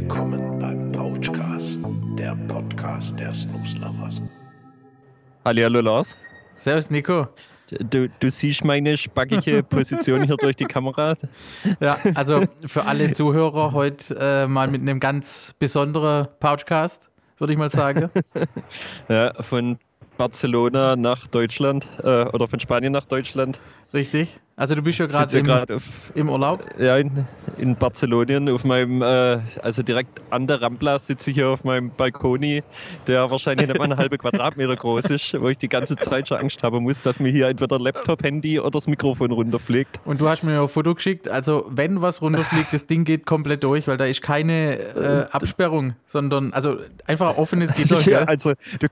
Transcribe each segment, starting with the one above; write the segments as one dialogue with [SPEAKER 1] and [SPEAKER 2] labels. [SPEAKER 1] Willkommen beim Pouchcast, der Podcast der Snooze Lovers.
[SPEAKER 2] Hallihallo Lars.
[SPEAKER 3] Servus, Nico.
[SPEAKER 2] Du, du siehst meine spackige Position hier durch die Kamera.
[SPEAKER 3] Ja, also für alle Zuhörer heute äh, mal mit einem ganz besonderen Pouchcast, würde ich mal sagen.
[SPEAKER 2] Ja, von Barcelona nach Deutschland äh, oder von Spanien nach Deutschland.
[SPEAKER 3] Richtig. Also du bist ja
[SPEAKER 2] Sitz
[SPEAKER 3] gerade
[SPEAKER 2] hier
[SPEAKER 3] im,
[SPEAKER 2] gerade auf-
[SPEAKER 3] im Urlaub.
[SPEAKER 2] ja, in, in Barcelonien auf meinem, äh, also direkt an der Rambla sitze ich hier auf meinem Balkoni, der wahrscheinlich nicht mal eine halbe Quadratmeter groß ist, wo ich die ganze Zeit schon Angst haben muss, dass mir hier entweder Laptop, Handy oder das Mikrofon runterfliegt.
[SPEAKER 3] Und du hast mir ja ein Foto geschickt. Also wenn was runterfliegt, das Ding geht komplett durch, weil da ist keine äh, Absperrung, sondern also einfach ein offenes Gitter.
[SPEAKER 2] Ja,
[SPEAKER 3] gell?
[SPEAKER 2] also du,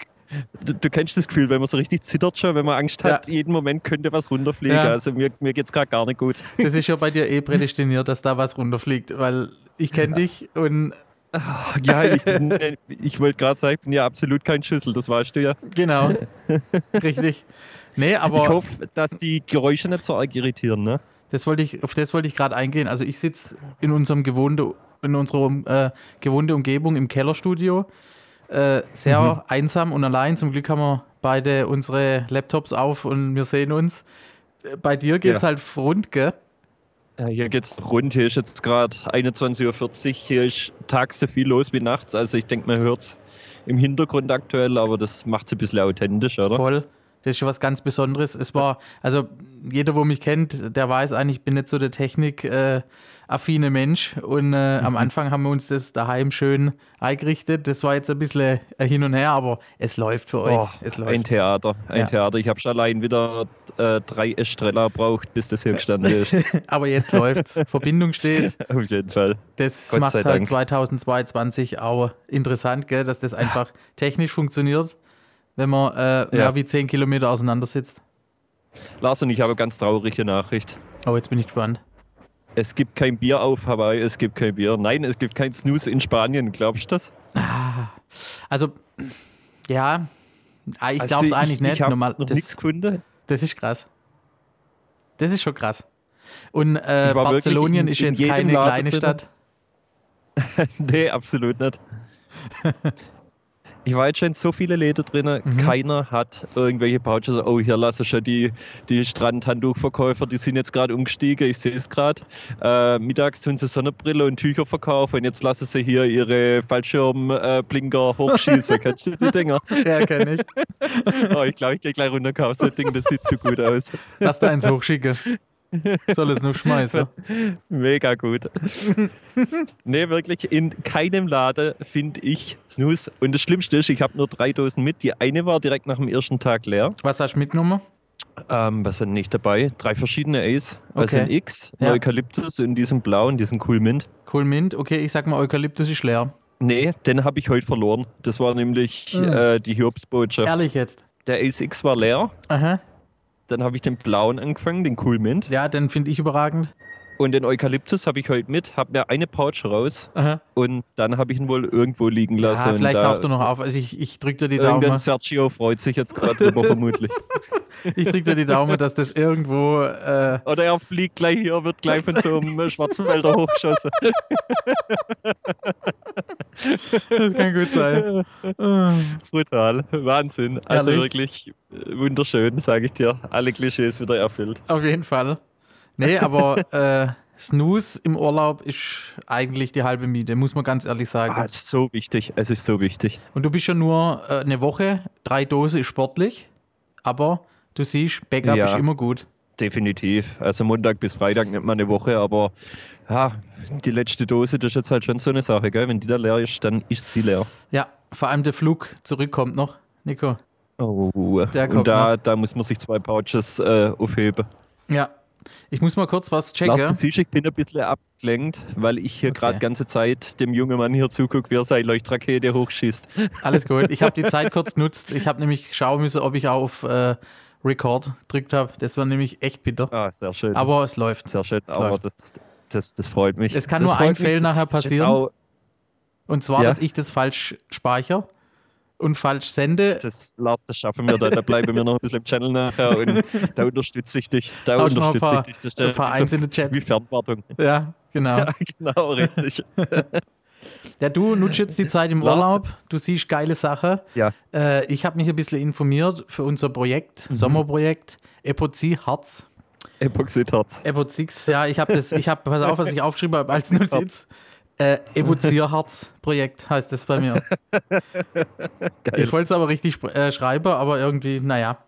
[SPEAKER 2] du, du kennst das Gefühl, wenn man so richtig zittert schon, wenn man Angst hat, jeden Moment könnte was runterfliegen.
[SPEAKER 3] Ja.
[SPEAKER 2] Also mir, mir geht es gerade gar nicht gut.
[SPEAKER 3] Das ist ja bei dir eh prädestiniert, dass da was runterfliegt, weil ich kenne dich und
[SPEAKER 2] Ja, ich, bin- äh, ich wollte gerade sagen, ich bin ja absolut kein Schüssel, das weißt du ja.
[SPEAKER 3] genau. Richtig. Nee, aber.
[SPEAKER 2] Ich hoffe, dass die Geräusche nicht so arg irritieren, ne?
[SPEAKER 3] Das wollte ich, auf das wollte ich gerade eingehen. Also ich sitze in unserem gewohnte, in unserer um- äh, gewohnte Umgebung im Kellerstudio. Äh, sehr einsam und allein. Zum Glück haben wir beide unsere Laptops auf und wir sehen uns. Äh, Bei dir geht's
[SPEAKER 2] Ja.
[SPEAKER 3] halt rund, gell?
[SPEAKER 2] Ja, Hier geht's rund, hier ist jetzt gerade 21.40 Uhr, hier ist tags so viel los wie nachts. Also ich denke, man hört's im Hintergrund aktuell, aber das macht's ein bisschen authentisch, oder?
[SPEAKER 3] Voll. Das ist schon was ganz Besonderes. Es war, also jeder, wo mich kennt, der weiß eigentlich, ich bin nicht so der technikaffine Mensch. Und äh,
[SPEAKER 2] Mhm.
[SPEAKER 3] am Anfang haben wir uns das daheim schön eingerichtet. Das war jetzt ein bisschen ein hin und her, aber es läuft für euch.
[SPEAKER 2] Oh,
[SPEAKER 3] es läuft.
[SPEAKER 2] ein Theater, ein
[SPEAKER 3] Ja.
[SPEAKER 2] Theater. Ich habe schon allein wieder äh, drei Estrella braucht, bis das hier gestanden ist.
[SPEAKER 3] Aber jetzt läuft's. Verbindung steht.
[SPEAKER 2] Auf jeden Fall.
[SPEAKER 3] Das
[SPEAKER 2] Gott
[SPEAKER 3] macht
[SPEAKER 2] sei
[SPEAKER 3] halt
[SPEAKER 2] Dank.
[SPEAKER 3] 2022 auch interessant, gell? dass das einfach technisch funktioniert, wenn man äh,
[SPEAKER 2] Ja.
[SPEAKER 3] mehr wie 10 Kilometer auseinandersitzt.
[SPEAKER 2] Lars und ich habe eine ganz traurige Nachricht.
[SPEAKER 3] Oh, jetzt bin ich gespannt.
[SPEAKER 2] Es gibt kein Bier auf Hawaii, es gibt kein Bier. Nein, es gibt kein Snooze in Spanien, glaubst du das?
[SPEAKER 3] Also, ja, ah, ich
[SPEAKER 2] Also
[SPEAKER 3] glaube es eigentlich nicht.
[SPEAKER 2] Ich habe
[SPEAKER 3] Normal,
[SPEAKER 2] noch nichts
[SPEAKER 3] das,
[SPEAKER 2] Kunde.
[SPEAKER 3] das ist krass. Das ist schon krass. Und äh,
[SPEAKER 2] Ich war wirklich
[SPEAKER 3] Barcelonien
[SPEAKER 2] in-
[SPEAKER 3] ist
[SPEAKER 2] in
[SPEAKER 3] jetzt
[SPEAKER 2] jedem
[SPEAKER 3] keine
[SPEAKER 2] Laden
[SPEAKER 3] kleine
[SPEAKER 2] drin.
[SPEAKER 3] Stadt.
[SPEAKER 2] nee, absolut nicht. Ich war jetzt schon in so viele Läden drin,
[SPEAKER 3] Mhm.
[SPEAKER 2] keiner hat irgendwelche Pouches. Oh, hier lasse ich schon die, die Strandhandtuchverkäufer, die sind jetzt gerade umgestiegen, ich sehe es gerade. Äh, mittags tun sie Sonnenbrille und Tücher verkaufen und jetzt lassen sie hier ihre Fallschirmblinker äh, Blinker hochschießen. Kennst du die Dinger?
[SPEAKER 3] Ja, kenne ich.
[SPEAKER 2] Oh, ich glaube, ich gehe gleich runter, kaufe so ein Ding, das sieht zu gut aus.
[SPEAKER 3] Lass da eins hochschicken. Soll es nur schmeißen.
[SPEAKER 2] Mega gut. nee, wirklich, in keinem Laden finde ich Snooze. Und das Schlimmste ist, ich habe nur drei Dosen mit. Die eine war direkt nach dem ersten Tag leer.
[SPEAKER 3] Was hast du mitgenommen?
[SPEAKER 2] Ähm, was sind nicht dabei? Drei verschiedene Ace. Also
[SPEAKER 3] Okay.
[SPEAKER 2] ein X, ein
[SPEAKER 3] Ja.
[SPEAKER 2] Eukalyptus und diesen blauen, diesen Cool Mint.
[SPEAKER 3] Cool Mint. Okay, ich sag mal, Eukalyptus ist leer.
[SPEAKER 2] Nee, den habe ich heute verloren. Das war nämlich
[SPEAKER 3] Mhm.
[SPEAKER 2] äh, die Hiobsbotschaft.
[SPEAKER 3] Ehrlich jetzt.
[SPEAKER 2] Der Ace X war leer.
[SPEAKER 3] Aha.
[SPEAKER 2] Dann habe ich den blauen angefangen, den Cool Mint.
[SPEAKER 3] Ja, den finde ich überragend.
[SPEAKER 2] Und den Eukalyptus habe ich heute mit, habe mir eine Pouch raus
[SPEAKER 3] Aha.
[SPEAKER 2] und dann habe ich ihn wohl irgendwo liegen lassen.
[SPEAKER 3] Ja,
[SPEAKER 2] und
[SPEAKER 3] vielleicht
[SPEAKER 2] da-
[SPEAKER 3] taucht er noch ne? auf. Also ich, ich drücke dir die
[SPEAKER 2] Irgendwann
[SPEAKER 3] Daumen.
[SPEAKER 2] Sergio freut sich jetzt gerade drüber vermutlich.
[SPEAKER 3] Ich drück dir die Daumen, dass das irgendwo. Äh,
[SPEAKER 2] Oder er fliegt gleich hier, wird gleich von so einem äh, Schwarzwälder hochgeschossen.
[SPEAKER 3] das kann gut sein. Äh,
[SPEAKER 2] Brutal, Wahnsinn. Also
[SPEAKER 3] Herrlich.
[SPEAKER 2] wirklich äh, wunderschön, sage ich dir. Alle Klischees wieder erfüllt.
[SPEAKER 3] Auf jeden Fall. Nee, aber äh, Snooze im Urlaub ist eigentlich die halbe Miete, muss man ganz ehrlich sagen.
[SPEAKER 2] Ah, es ist so wichtig, es ist so wichtig.
[SPEAKER 3] Und du bist ja nur äh, eine Woche, drei Dose ist sportlich, aber du siehst, Backup
[SPEAKER 2] Ja.
[SPEAKER 3] ist immer gut.
[SPEAKER 2] Definitiv. Also Montag bis Freitag nimmt man eine Woche, aber ja, die letzte Dose, das ist jetzt halt schon so eine Sache, gell? Wenn die da leer ist, dann ist sie leer.
[SPEAKER 3] Ja, vor allem der Flug zurückkommt noch, Nico.
[SPEAKER 2] Oh,
[SPEAKER 3] Der
[SPEAKER 2] und
[SPEAKER 3] kommt
[SPEAKER 2] da, da muss man sich zwei Pouches äh, aufheben.
[SPEAKER 3] Ja, ich muss mal kurz was checken.
[SPEAKER 2] Lars, du siehst, ich bin ein bisschen abgelenkt, weil ich hier
[SPEAKER 3] Okay.
[SPEAKER 2] gerade ganze Zeit dem jungen Mann hier zugucke, wie er seine Leuchtrakete hochschießt.
[SPEAKER 3] Alles gut. Ich habe die Zeit kurz genutzt. Ich habe nämlich schauen müssen, ob ich auf äh, Record gedrückt habe. Das war nämlich echt bitter.
[SPEAKER 2] Ah, sehr schön.
[SPEAKER 3] Aber es läuft.
[SPEAKER 2] sehr schön,
[SPEAKER 3] es
[SPEAKER 2] aber
[SPEAKER 3] läuft.
[SPEAKER 2] das, das, das freut mich.
[SPEAKER 3] Es kann
[SPEAKER 2] das
[SPEAKER 3] nur ein
[SPEAKER 2] freut mich.
[SPEAKER 3] Fail nachher
[SPEAKER 2] Das ist jetzt
[SPEAKER 3] passieren.
[SPEAKER 2] Auch,
[SPEAKER 3] Und zwar,
[SPEAKER 2] Ja.
[SPEAKER 3] dass ich das falsch speichere und falsch sende.
[SPEAKER 2] das, Lars, das schaffen wir da. Da bleiben wir noch ein bisschen im Channel nachher und da unterstütze ich dich. Da
[SPEAKER 3] Tauschen wir ein
[SPEAKER 2] unterstütze
[SPEAKER 3] paar-
[SPEAKER 2] ich dich. Das ist
[SPEAKER 3] ein paar
[SPEAKER 2] so
[SPEAKER 3] einzelne Chat.
[SPEAKER 2] Wie Fernwartung.
[SPEAKER 3] Ja, genau.
[SPEAKER 2] Ja, genau, richtig.
[SPEAKER 3] Ja, du nutzt jetzt die Zeit im
[SPEAKER 2] Lars-
[SPEAKER 3] Urlaub, du siehst geile Sachen.
[SPEAKER 2] Ja.
[SPEAKER 3] Äh, ich habe mich ein bisschen informiert für unser Projekt, Sommerprojekt, Epoxy Harz.
[SPEAKER 2] Epoxidharz.
[SPEAKER 3] Epoxix, ja, ich habe das, ich habe, pass auf, was ich aufgeschrieben habe als Notiz. Äh, Epozierharz-Projekt heißt das bei mir. Ich wollte es aber richtig spr- äh, schreiben, aber irgendwie, naja.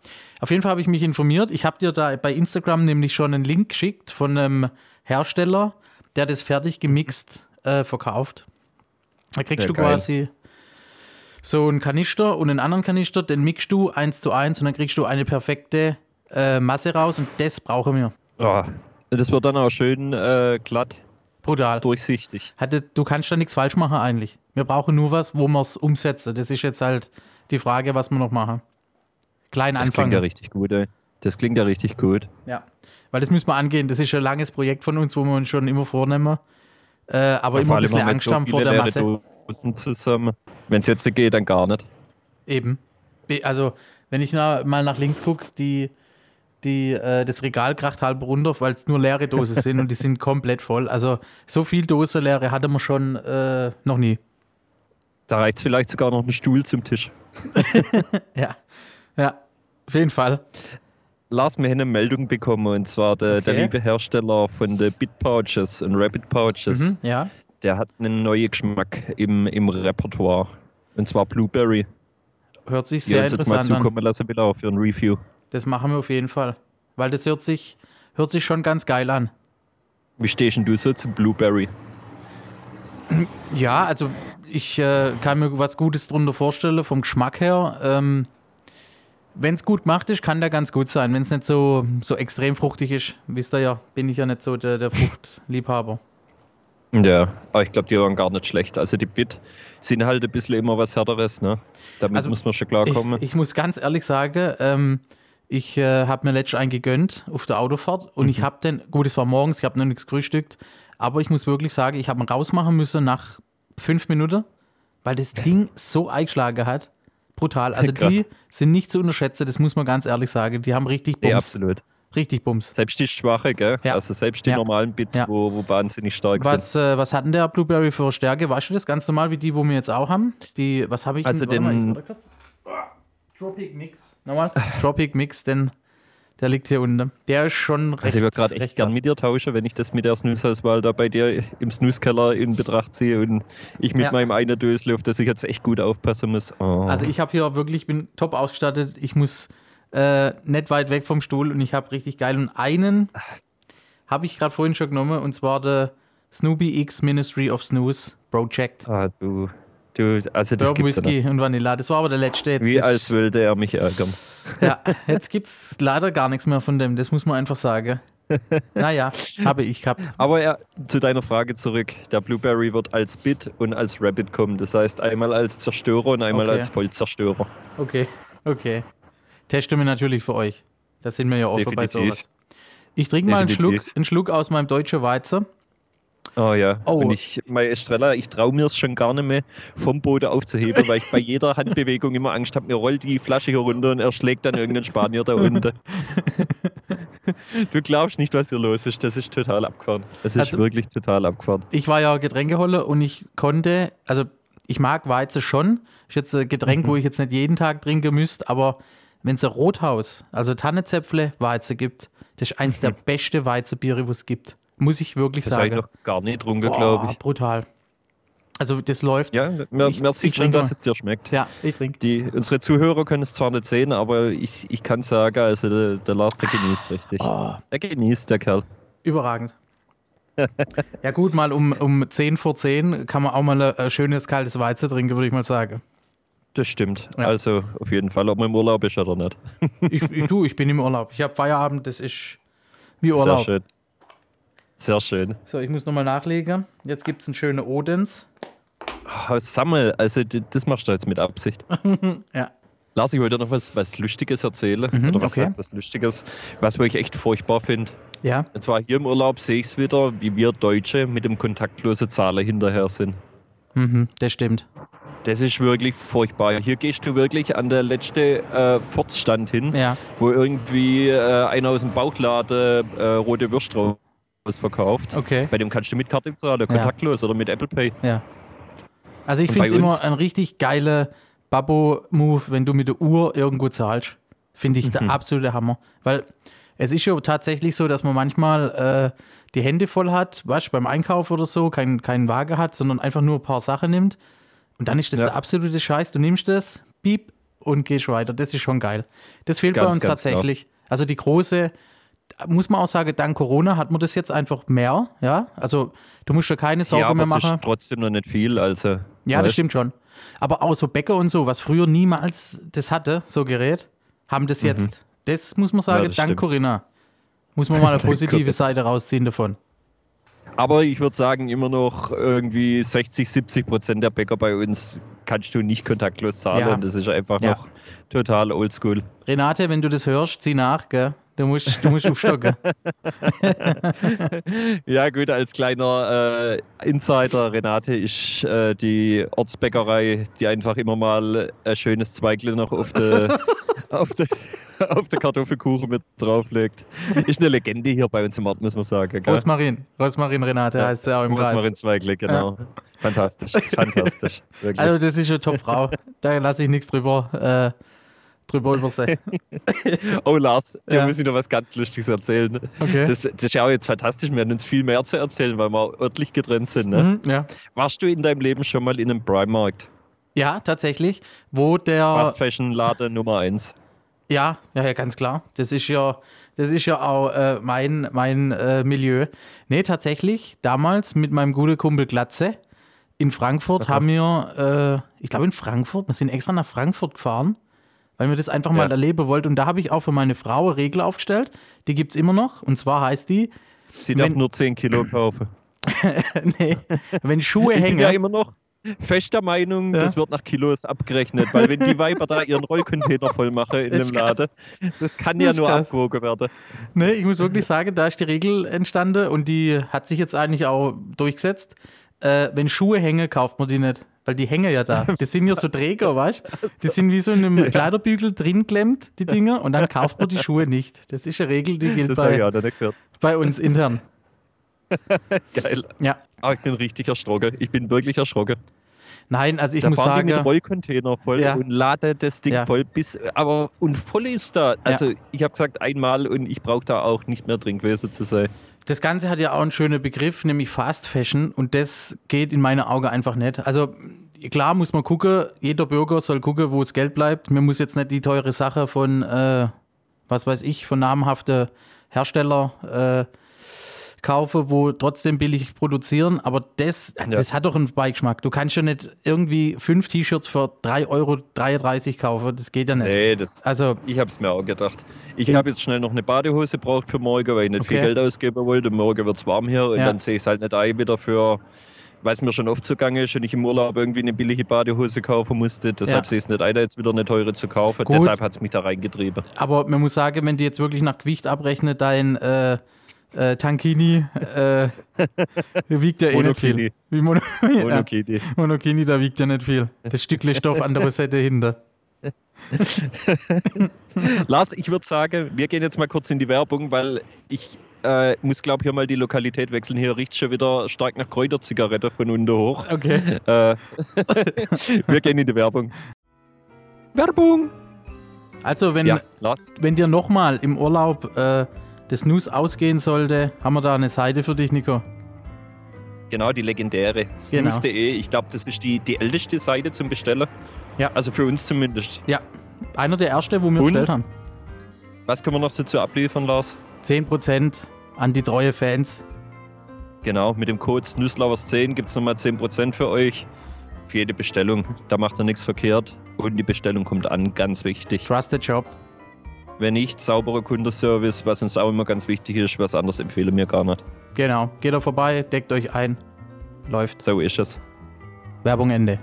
[SPEAKER 3] Auf jeden Fall habe ich mich informiert. Ich habe dir da bei Instagram nämlich schon einen Link geschickt von einem Hersteller, der das fertig gemixt äh, verkauft. Da kriegst
[SPEAKER 2] Ja,
[SPEAKER 3] du
[SPEAKER 2] geil.
[SPEAKER 3] quasi so einen Kanister und einen anderen Kanister, den mixt du eins zu eins und dann kriegst du eine perfekte äh, Masse raus und das brauchen wir.
[SPEAKER 2] Oh, das wird dann auch schön äh, glatt
[SPEAKER 3] Brutal.
[SPEAKER 2] durchsichtig.
[SPEAKER 3] Hatte, du kannst da nichts falsch machen eigentlich. Wir brauchen nur was, wo wir es umsetzen. Das ist jetzt halt die Frage, was wir noch machen. Klein
[SPEAKER 2] Das klingt ja
[SPEAKER 3] anfangen.
[SPEAKER 2] richtig gut, ey. Das klingt ja richtig gut.
[SPEAKER 3] Ja. Weil das müssen wir angehen. Das ist ein langes Projekt von uns, wo wir uns schon immer vornehmen. Äh, aber immer ein bisschen
[SPEAKER 2] haben wir
[SPEAKER 3] Angst
[SPEAKER 2] so
[SPEAKER 3] haben vor
[SPEAKER 2] viele
[SPEAKER 3] der
[SPEAKER 2] leere
[SPEAKER 3] Masse.
[SPEAKER 2] Dosen zusammen. Wenn es jetzt nicht geht, dann gar nicht.
[SPEAKER 3] Eben. Be- Also, wenn ich na, mal nach links gucke, die, die, äh, das Regal kracht halb runter, weil es nur leere Dosen sind und die sind komplett voll. Also, so viel Dose leere hatte man schon äh, noch nie.
[SPEAKER 2] Da reicht vielleicht sogar noch ein Stuhl zum Tisch.
[SPEAKER 3] Ja. Ja. Auf jeden Fall.
[SPEAKER 2] Lars, wir haben eine Meldung bekommen und zwar der, der
[SPEAKER 3] Okay.
[SPEAKER 2] liebe Hersteller von den Bit Pouches und Rabbit Pouches.
[SPEAKER 3] Mhm, ja.
[SPEAKER 2] Der hat einen neuen Geschmack im, im Repertoire. Und zwar Blueberry.
[SPEAKER 3] Hört sich
[SPEAKER 2] Die
[SPEAKER 3] sehr
[SPEAKER 2] uns jetzt mal
[SPEAKER 3] interessant an.
[SPEAKER 2] zukommen lassen, bitte auch für ein Review.
[SPEAKER 3] Das machen wir auf jeden Fall. Weil das hört sich, hört sich schon ganz geil an.
[SPEAKER 2] Wie stehst denn du so zu Blueberry?
[SPEAKER 3] Ja, also ich äh, kann mir was Gutes drunter vorstellen, vom Geschmack her. Ähm, wenn es gut gemacht ist, kann der ganz gut sein. Wenn es nicht so, so extrem fruchtig ist, wisst ihr ja, bin ich ja nicht so der, der Fruchtliebhaber.
[SPEAKER 2] Ja, aber ich glaube, die waren gar nicht schlecht. Also die Bit sind halt ein bisschen immer was härteres, ne? Damit
[SPEAKER 3] Also,
[SPEAKER 2] muss man schon klarkommen.
[SPEAKER 3] Ich, ich muss ganz ehrlich sagen, ähm, ich äh, habe mir letztens einen gegönnt auf der Autofahrt und
[SPEAKER 2] Mhm.
[SPEAKER 3] ich habe den, gut, es war morgens, ich habe noch nichts gefrühstückt, aber ich muss wirklich sagen, ich habe ihn rausmachen müssen nach fünf Minuten, weil das Ding so eingeschlagen hat. Brutal. Also
[SPEAKER 2] Krass.
[SPEAKER 3] die sind nicht zu unterschätzen, das muss man ganz ehrlich sagen. Die haben richtig
[SPEAKER 2] nee,
[SPEAKER 3] Bums.
[SPEAKER 2] absolut.
[SPEAKER 3] richtig Bums.
[SPEAKER 2] Selbst die Schwache, gell?
[SPEAKER 3] Ja.
[SPEAKER 2] Also selbst die
[SPEAKER 3] Ja.
[SPEAKER 2] normalen Bit,
[SPEAKER 3] Ja.
[SPEAKER 2] wo, wo wahnsinnig stark sind.
[SPEAKER 3] Was, äh, was hatten der Blueberry für Stärke? Weißt du das ganz normal wie die, wo wir jetzt auch haben? Die, was habe ich?
[SPEAKER 2] Also
[SPEAKER 3] warte mal,
[SPEAKER 2] den-
[SPEAKER 3] ich- warte kurz. Tropic Mix. Nochmal. Tropic Mix, denn der liegt hier unten. Der ist schon recht.
[SPEAKER 2] Also ich würde gerade echt
[SPEAKER 3] recht
[SPEAKER 2] gern
[SPEAKER 3] krass.
[SPEAKER 2] mit dir tauschen, wenn ich das mit der Snooze-Auswahl da bei dir im Snooze-Keller in Betracht ziehe und ich mit
[SPEAKER 3] Ja.
[SPEAKER 2] meinem einen Dösel, auf das ich jetzt echt gut aufpassen muss. Oh.
[SPEAKER 3] Also ich habe hier wirklich, ich bin top ausgestattet. Ich muss äh, nicht weit weg vom Stuhl und ich habe richtig geil. Und einen habe ich gerade vorhin schon genommen und zwar der Snoopy X Ministry of Snooze Project.
[SPEAKER 2] ah, du, du, also das
[SPEAKER 3] Bourbon
[SPEAKER 2] gibt's ja nicht.
[SPEAKER 3] Whisky und Vanilla. Das war aber der letzte jetzt.
[SPEAKER 2] Wie
[SPEAKER 3] Das
[SPEAKER 2] als
[SPEAKER 3] ist-
[SPEAKER 2] würde er mich ärgern.
[SPEAKER 3] Ja, jetzt gibt es leider gar nichts mehr von dem, das muss man einfach sagen. Naja, habe ich gehabt.
[SPEAKER 2] Aber ja, zu deiner Frage zurück. Der Blueberry wird als Bit und als Rabbit kommen. Das heißt einmal als Zerstörer und einmal
[SPEAKER 3] Okay.
[SPEAKER 2] als Vollzerstörer.
[SPEAKER 3] Okay, okay. Testen wir natürlich für euch. Da sind wir ja offen bei
[SPEAKER 2] Definitiv.
[SPEAKER 3] sowas. Ich trinke mal einen Schluck,
[SPEAKER 2] Definitiv.
[SPEAKER 3] einen Schluck aus meinem deutschen Weizen.
[SPEAKER 2] Oh ja.
[SPEAKER 3] Oh.
[SPEAKER 2] Und ich, meine Estrella, ich traue mir es schon gar nicht mehr vom Boden aufzuheben, weil ich bei jeder Handbewegung immer Angst habe, mir rollt die Flasche hier runter und er schlägt dann irgendeinen Spanier da unten. du glaubst nicht, was hier los ist. Das ist total abgefahren. Das ist
[SPEAKER 3] Also-
[SPEAKER 2] wirklich total abgefahren.
[SPEAKER 3] Ich war ja Getränkeholle und ich konnte, also ich mag Weizen schon. Ist jetzt ein Getränk,
[SPEAKER 2] Mhm.
[SPEAKER 3] wo ich jetzt nicht jeden Tag trinken müsste, aber wenn es ein Rothaus, also Tannezäpfle, Weizen gibt, das ist eins der beste Weizenbiere, was es gibt. Muss ich wirklich
[SPEAKER 2] Mhm. Das habe ich
[SPEAKER 3] sagen.
[SPEAKER 2] noch gar nicht getrunken,
[SPEAKER 3] Boah,
[SPEAKER 2] glaube ich.
[SPEAKER 3] Brutal. Also das läuft.
[SPEAKER 2] Ja, man,
[SPEAKER 3] Ich-
[SPEAKER 2] man
[SPEAKER 3] ich
[SPEAKER 2] sieht schon,
[SPEAKER 3] trinke
[SPEAKER 2] dass
[SPEAKER 3] mal.
[SPEAKER 2] es dir schmeckt.
[SPEAKER 3] Ja, ich trinke.
[SPEAKER 2] Die, unsere Zuhörer können es zwar nicht sehen, aber ich, ich kann sagen, also der, der Lars, der genießt richtig.
[SPEAKER 3] Ah.
[SPEAKER 2] Der genießt, der Kerl.
[SPEAKER 3] Überragend. ja gut, mal um, um 10 vor 10 kann man auch mal ein schönes kaltes Weizen trinken, würde ich mal sagen.
[SPEAKER 2] Das stimmt.
[SPEAKER 3] Ja.
[SPEAKER 2] Also auf jeden Fall, ob man im Urlaub ist oder nicht.
[SPEAKER 3] Ich, ich, du, ich bin im Urlaub. Ich habe Feierabend, das ist wie Urlaub.
[SPEAKER 2] Sehr schön. Sehr schön.
[SPEAKER 3] So, ich muss nochmal nachlegen. Jetzt gibt es einen schönen Odens.
[SPEAKER 2] Oh, Sammel, also d- das machst du jetzt mit Absicht.
[SPEAKER 3] Ja. Mhm,
[SPEAKER 2] Lars, ich wollte noch was, was Lustiges erzählen. oder was
[SPEAKER 3] okay.
[SPEAKER 2] heißt was Lustiges? Was wo ich echt furchtbar finde.
[SPEAKER 3] Ja.
[SPEAKER 2] Und zwar hier im Urlaub sehe ich es wieder, wie wir Deutsche mit dem kontaktlosen Zahler hinterher sind.
[SPEAKER 3] Mhm, das stimmt.
[SPEAKER 2] Das ist wirklich furchtbar. Hier gehst du wirklich an der letzte äh, Fortstand hin,
[SPEAKER 3] Ja.
[SPEAKER 2] wo irgendwie äh, einer aus dem Bauchladen äh, rote Würst raus verkauft.
[SPEAKER 3] Okay.
[SPEAKER 2] Bei dem kannst du mit Karte bezahlen, kontaktlos oder mit Apple Pay.
[SPEAKER 3] Ja. Also ich
[SPEAKER 2] Und
[SPEAKER 3] finde es
[SPEAKER 2] bei
[SPEAKER 3] immer
[SPEAKER 2] uns-
[SPEAKER 3] ein richtig geiler Babbo-Move, wenn du mit der Uhr irgendwo zahlst. Finde ich
[SPEAKER 2] Mhm.
[SPEAKER 3] der absolute Hammer. Weil es ist ja tatsächlich so, dass man manchmal äh, die Hände voll hat, weißt du, beim Einkauf oder so, keinen kein Waage hat, sondern einfach nur ein paar Sachen nimmt. Und dann ist das
[SPEAKER 2] Ja.
[SPEAKER 3] der absolute Scheiß. Du nimmst das, piep und gehst weiter. Das ist schon geil. Das fehlt bei
[SPEAKER 2] Ganz,
[SPEAKER 3] uns
[SPEAKER 2] ganz klar.
[SPEAKER 3] tatsächlich. Also die große, muss man auch sagen, dank Corona hat man das jetzt einfach mehr. Ja, also du musst ja keine Sorge
[SPEAKER 2] ja, aber
[SPEAKER 3] mehr
[SPEAKER 2] es
[SPEAKER 3] machen.
[SPEAKER 2] ist trotzdem noch nicht viel. Also,
[SPEAKER 3] Ja, das
[SPEAKER 2] weißt?
[SPEAKER 3] stimmt schon. Aber auch so Bäcker und so, was früher niemals das hatte, so Gerät, haben das jetzt. Das muss man sagen,
[SPEAKER 2] Mhm. Ja, das
[SPEAKER 3] dank
[SPEAKER 2] stimmt.
[SPEAKER 3] Corinna. Muss man mal eine
[SPEAKER 2] Dank Corinna.
[SPEAKER 3] positive Seite rausziehen davon.
[SPEAKER 2] Aber ich würde sagen, immer noch irgendwie 60, 70 Prozent der Bäcker bei uns kannst du nicht kontaktlos zahlen.
[SPEAKER 3] Ja.
[SPEAKER 2] Und das ist einfach
[SPEAKER 3] Ja.
[SPEAKER 2] noch total oldschool.
[SPEAKER 3] Renate, wenn du das hörst, zieh nach, gell? Du musst, du musst aufstocken.
[SPEAKER 2] Ja, gut, als kleiner äh, Insider, Renate, ist äh, die Ortsbäckerei, die einfach immer mal ein schönes Zweigle noch auf der auf de, auf de Kartoffelkuchen mit drauflegt. Ist eine Legende hier bei uns im Ort, muss man sagen. Gell?
[SPEAKER 3] Rosmarin. Rosmarin Renate heißt sie auch im Kreis.
[SPEAKER 2] Rosmarin Zweigle, genau. Fantastisch, fantastisch. Wirklich.
[SPEAKER 3] Also, das ist eine Top-Frau. Da lasse ich nichts drüber, äh, drüber übersehen.
[SPEAKER 2] Oh Lars, dir
[SPEAKER 3] Ja.
[SPEAKER 2] muss ich noch was ganz Lustiges erzählen.
[SPEAKER 3] Okay.
[SPEAKER 2] Das, das ist ja auch jetzt fantastisch, wir haben uns viel mehr zu erzählen, weil wir örtlich getrennt sind. Ne?
[SPEAKER 3] Mhm, ja.
[SPEAKER 2] Warst du in deinem Leben schon mal in einem Primarkt?
[SPEAKER 3] ja, tatsächlich. Wo der.
[SPEAKER 2] Fast Fashion Laden Nummer 1.
[SPEAKER 3] Ja, ja, ja, ganz klar. Das ist ja, das ist ja auch äh, mein, mein äh, Milieu. Nee, tatsächlich, damals mit meinem guten Kumpel Glatze in Frankfurt haben wir, äh, ich glaube in Frankfurt, wir sind extra nach Frankfurt gefahren, weil wir das einfach mal
[SPEAKER 2] Ja.
[SPEAKER 3] erleben wollten. Und da habe ich auch für meine Frau eine Regel aufgestellt. Die gibt es immer noch. Und zwar heißt die,
[SPEAKER 2] Sie darf
[SPEAKER 3] Wenn-
[SPEAKER 2] nur 10 Kilo kaufen.
[SPEAKER 3] nee, wenn Schuhe
[SPEAKER 2] Ich bin ja
[SPEAKER 3] hängen,
[SPEAKER 2] immer noch fester Meinung,
[SPEAKER 3] Ja.
[SPEAKER 2] das wird nach Kilos abgerechnet, weil wenn die Weiber da ihren Rollcontainer voll machen in
[SPEAKER 3] Ist
[SPEAKER 2] dem
[SPEAKER 3] krass.
[SPEAKER 2] Laden, das kann
[SPEAKER 3] Das
[SPEAKER 2] ja
[SPEAKER 3] ist
[SPEAKER 2] nur
[SPEAKER 3] krass.
[SPEAKER 2] abgewogen werden.
[SPEAKER 3] nee, Ne, ich muss
[SPEAKER 2] Mhm.
[SPEAKER 3] wirklich sagen, da ist die Regel entstanden und die hat sich jetzt eigentlich auch durchgesetzt. Äh, wenn Schuhe hängen, kauft man die nicht. Weil die hängen ja da. Die sind ja so Träger, weißt
[SPEAKER 2] Also.
[SPEAKER 3] du? Die sind wie so in einem Kleiderbügel drin klemmt, die Dinger, und dann kauft man die Schuhe nicht. Das ist eine Regel, die gilt
[SPEAKER 2] Das habe ich
[SPEAKER 3] bei,
[SPEAKER 2] auch noch nicht gehört.
[SPEAKER 3] bei uns intern.
[SPEAKER 2] Geil.
[SPEAKER 3] Ja.
[SPEAKER 2] Aber ich bin richtig erschrocken. Ich bin wirklich erschrocken.
[SPEAKER 3] Nein, also ich
[SPEAKER 2] Da
[SPEAKER 3] muss
[SPEAKER 2] fahren die
[SPEAKER 3] sagen,
[SPEAKER 2] mit Rollcontainer voll
[SPEAKER 3] Ja.
[SPEAKER 2] und lade das Ding
[SPEAKER 3] Ja.
[SPEAKER 2] voll bis, aber und voll ist da. Also ich habe gesagt einmal und ich brauche da auch nicht mehr drin gewesen zu sein.
[SPEAKER 3] das Ganze hat ja auch einen schönen Begriff, nämlich Fast Fashion. Und das geht in meinen Augen einfach nicht. Also klar muss man gucken, jeder Bürger soll gucken, wo das Geld bleibt. Man muss jetzt nicht die teure Sache von, äh, was weiß ich, von namhaften Hersteller äh, kaufen, wo trotzdem billig produzieren. Aber das, das hat doch einen Beigeschmack. Du kannst ja nicht irgendwie fünf T-Shirts für 3,33 Euro kaufen. Das geht ja nicht.
[SPEAKER 2] Nee, das.
[SPEAKER 3] Also
[SPEAKER 2] ich habe es mir auch gedacht. Ich habe jetzt schnell noch eine Badehose braucht für morgen, weil ich nicht viel
[SPEAKER 3] Okay.
[SPEAKER 2] Geld ausgeben wollte. Morgen wird es warm hier und
[SPEAKER 3] Ja.
[SPEAKER 2] dann sehe ich es halt nicht ein wieder für, weil es mir schon oft zugange ist und ich im Urlaub irgendwie eine billige Badehose kaufen musste. Deshalb
[SPEAKER 3] Ja.
[SPEAKER 2] sehe ich es nicht ein, da jetzt wieder eine teure zu kaufen.
[SPEAKER 3] Gut.
[SPEAKER 2] Deshalb hat es mich da reingetrieben.
[SPEAKER 3] Aber man muss sagen, wenn die jetzt wirklich nach Gewicht abrechnet, dein äh, äh, Tankini äh, wiegt ja eh nicht viel.
[SPEAKER 2] Monokini.
[SPEAKER 3] Wie Mono
[SPEAKER 2] Ohne
[SPEAKER 3] ja,
[SPEAKER 2] Kitty.
[SPEAKER 3] Monokini, da wiegt ja nicht viel. Das Stückle Stoff an der Rosette hinter.
[SPEAKER 2] Lars, ich würde sagen, wir gehen jetzt mal kurz in die Werbung, weil ich äh, muss, glaube ich, hier mal die Lokalität wechseln. Hier riecht schon wieder stark nach Kräuterzigarette von unten hoch.
[SPEAKER 3] Okay.
[SPEAKER 2] Äh, wir gehen in die Werbung. Werbung!
[SPEAKER 3] Also, wenn,
[SPEAKER 2] Ja, Lars,
[SPEAKER 3] wenn dir nochmal im Urlaub äh, das News ausgehen sollte, haben wir da eine Seite für dich, Nico.
[SPEAKER 2] genau, die legendäre.
[SPEAKER 3] Genau.
[SPEAKER 2] Snooze.de. Ich glaube, das ist die, die älteste Seite zum Bestellen.
[SPEAKER 3] Ja.
[SPEAKER 2] Also für uns zumindest.
[SPEAKER 3] Ja, einer der ersten, wo wir
[SPEAKER 2] Und?
[SPEAKER 3] bestellt haben.
[SPEAKER 2] Was können wir noch dazu abliefern, Lars?
[SPEAKER 3] 10% an die treue Fans.
[SPEAKER 2] Genau, mit dem Code Snooslauers10 gibt es nochmal 10% für euch. Für jede Bestellung. Da macht ihr nichts verkehrt. Und die Bestellung kommt an, ganz wichtig.
[SPEAKER 3] Trusted Job.
[SPEAKER 2] Wenn nicht, sauberer Kundenservice, was uns auch immer ganz wichtig ist, was anderes empfehle mir gar nicht.
[SPEAKER 3] Genau. Geht da vorbei, deckt euch ein. Läuft.
[SPEAKER 2] So ist es.
[SPEAKER 3] Werbung Ende.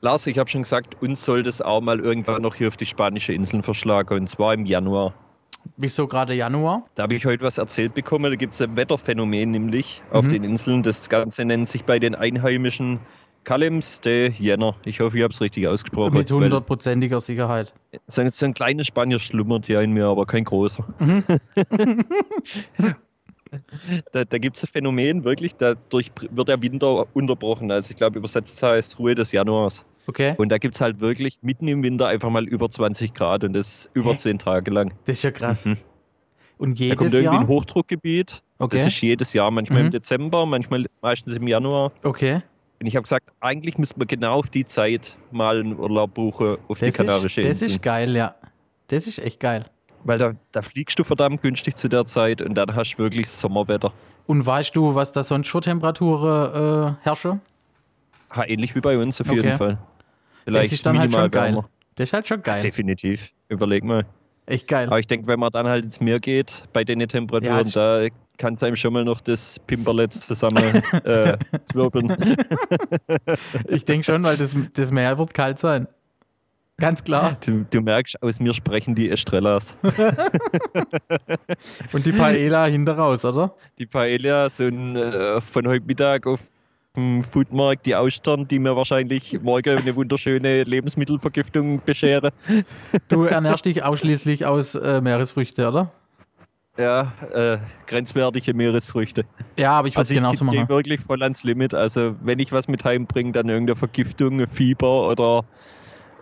[SPEAKER 2] Lars, ich habe schon gesagt, uns sollte es auch mal irgendwann noch hier auf die spanische Inseln verschlagen, und zwar im Januar.
[SPEAKER 3] Wieso gerade Januar?
[SPEAKER 2] Da habe ich heute was erzählt bekommen, da gibt es ein Wetterphänomen nämlich auf
[SPEAKER 3] Mhm.
[SPEAKER 2] den Inseln. Das Ganze nennt sich bei den Einheimischen Kalems de Jänner. Ich hoffe, ich habe es richtig ausgesprochen.
[SPEAKER 3] Mit
[SPEAKER 2] weil
[SPEAKER 3] hundertprozentiger Sicherheit.
[SPEAKER 2] So
[SPEAKER 3] Mhm.
[SPEAKER 2] ein, so ein kleiner Spanier schlummert ja in mir, aber kein großer. Da, da gibt es ein Phänomen, wirklich, dadurch wird der Winter unterbrochen. Also ich glaube, übersetzt heißt Ruhe des Januars.
[SPEAKER 3] Okay.
[SPEAKER 2] Und da gibt es halt wirklich mitten im Winter einfach mal über 20 Grad und das über
[SPEAKER 3] Hä?
[SPEAKER 2] 10 Tage lang.
[SPEAKER 3] Das ist ja krass.
[SPEAKER 2] Mhm.
[SPEAKER 3] Und
[SPEAKER 2] Da kommt
[SPEAKER 3] jedes
[SPEAKER 2] irgendwie ein
[SPEAKER 3] Jahr?
[SPEAKER 2] Hochdruckgebiet. Das
[SPEAKER 3] Okay.
[SPEAKER 2] ist jedes Jahr, manchmal
[SPEAKER 3] Mhm.
[SPEAKER 2] im Dezember, manchmal meistens im Januar.
[SPEAKER 3] Okay.
[SPEAKER 2] Und ich habe gesagt, eigentlich müsste man genau auf die Zeit mal einen Urlaub buchen auf die
[SPEAKER 3] Das
[SPEAKER 2] Kanarische
[SPEAKER 3] ist, das
[SPEAKER 2] Inseln.
[SPEAKER 3] ist geil, ja. Das ist echt geil.
[SPEAKER 2] Weil da, da fliegst du verdammt günstig zu der Zeit und dann hast du wirklich Sommerwetter.
[SPEAKER 3] Und weißt du, was da sonst für Temperaturen äh, herrschen?
[SPEAKER 2] Ha, ähnlich wie bei uns auf
[SPEAKER 3] Okay.
[SPEAKER 2] jeden Fall.
[SPEAKER 3] Das ist dann halt
[SPEAKER 2] minimal
[SPEAKER 3] schon geil.
[SPEAKER 2] wärmer.
[SPEAKER 3] Das ist halt schon geil.
[SPEAKER 2] Definitiv. Überleg mal.
[SPEAKER 3] Echt geil.
[SPEAKER 2] Aber ich denke, wenn man dann halt ins Meer geht, bei den
[SPEAKER 3] Ja,
[SPEAKER 2] Temperaturen,
[SPEAKER 3] das-
[SPEAKER 2] da kann es einem schon mal noch das Pimperlet zusammen äh, zwirbeln.
[SPEAKER 3] Ich denke schon, weil das, das Meer wird kalt sein. Ganz klar.
[SPEAKER 2] Du, du merkst, aus mir sprechen die Estrellas.
[SPEAKER 3] Und die Paella hinter raus, oder?
[SPEAKER 2] Die Paella sind äh, von heute Mittag auf dem Foodmarkt die Austern, die mir wahrscheinlich morgen eine wunderschöne Lebensmittelvergiftung beschere.
[SPEAKER 3] Du ernährst dich ausschließlich aus äh, Meeresfrüchte, oder?
[SPEAKER 2] Ja, äh, grenzwertige Meeresfrüchte.
[SPEAKER 3] Ja, aber ich würde es
[SPEAKER 2] Also ich
[SPEAKER 3] genauso
[SPEAKER 2] gehe
[SPEAKER 3] machen.
[SPEAKER 2] wirklich voll ans Limit. Also wenn ich was mit heimbringe, dann irgendeine Vergiftung, Fieber oder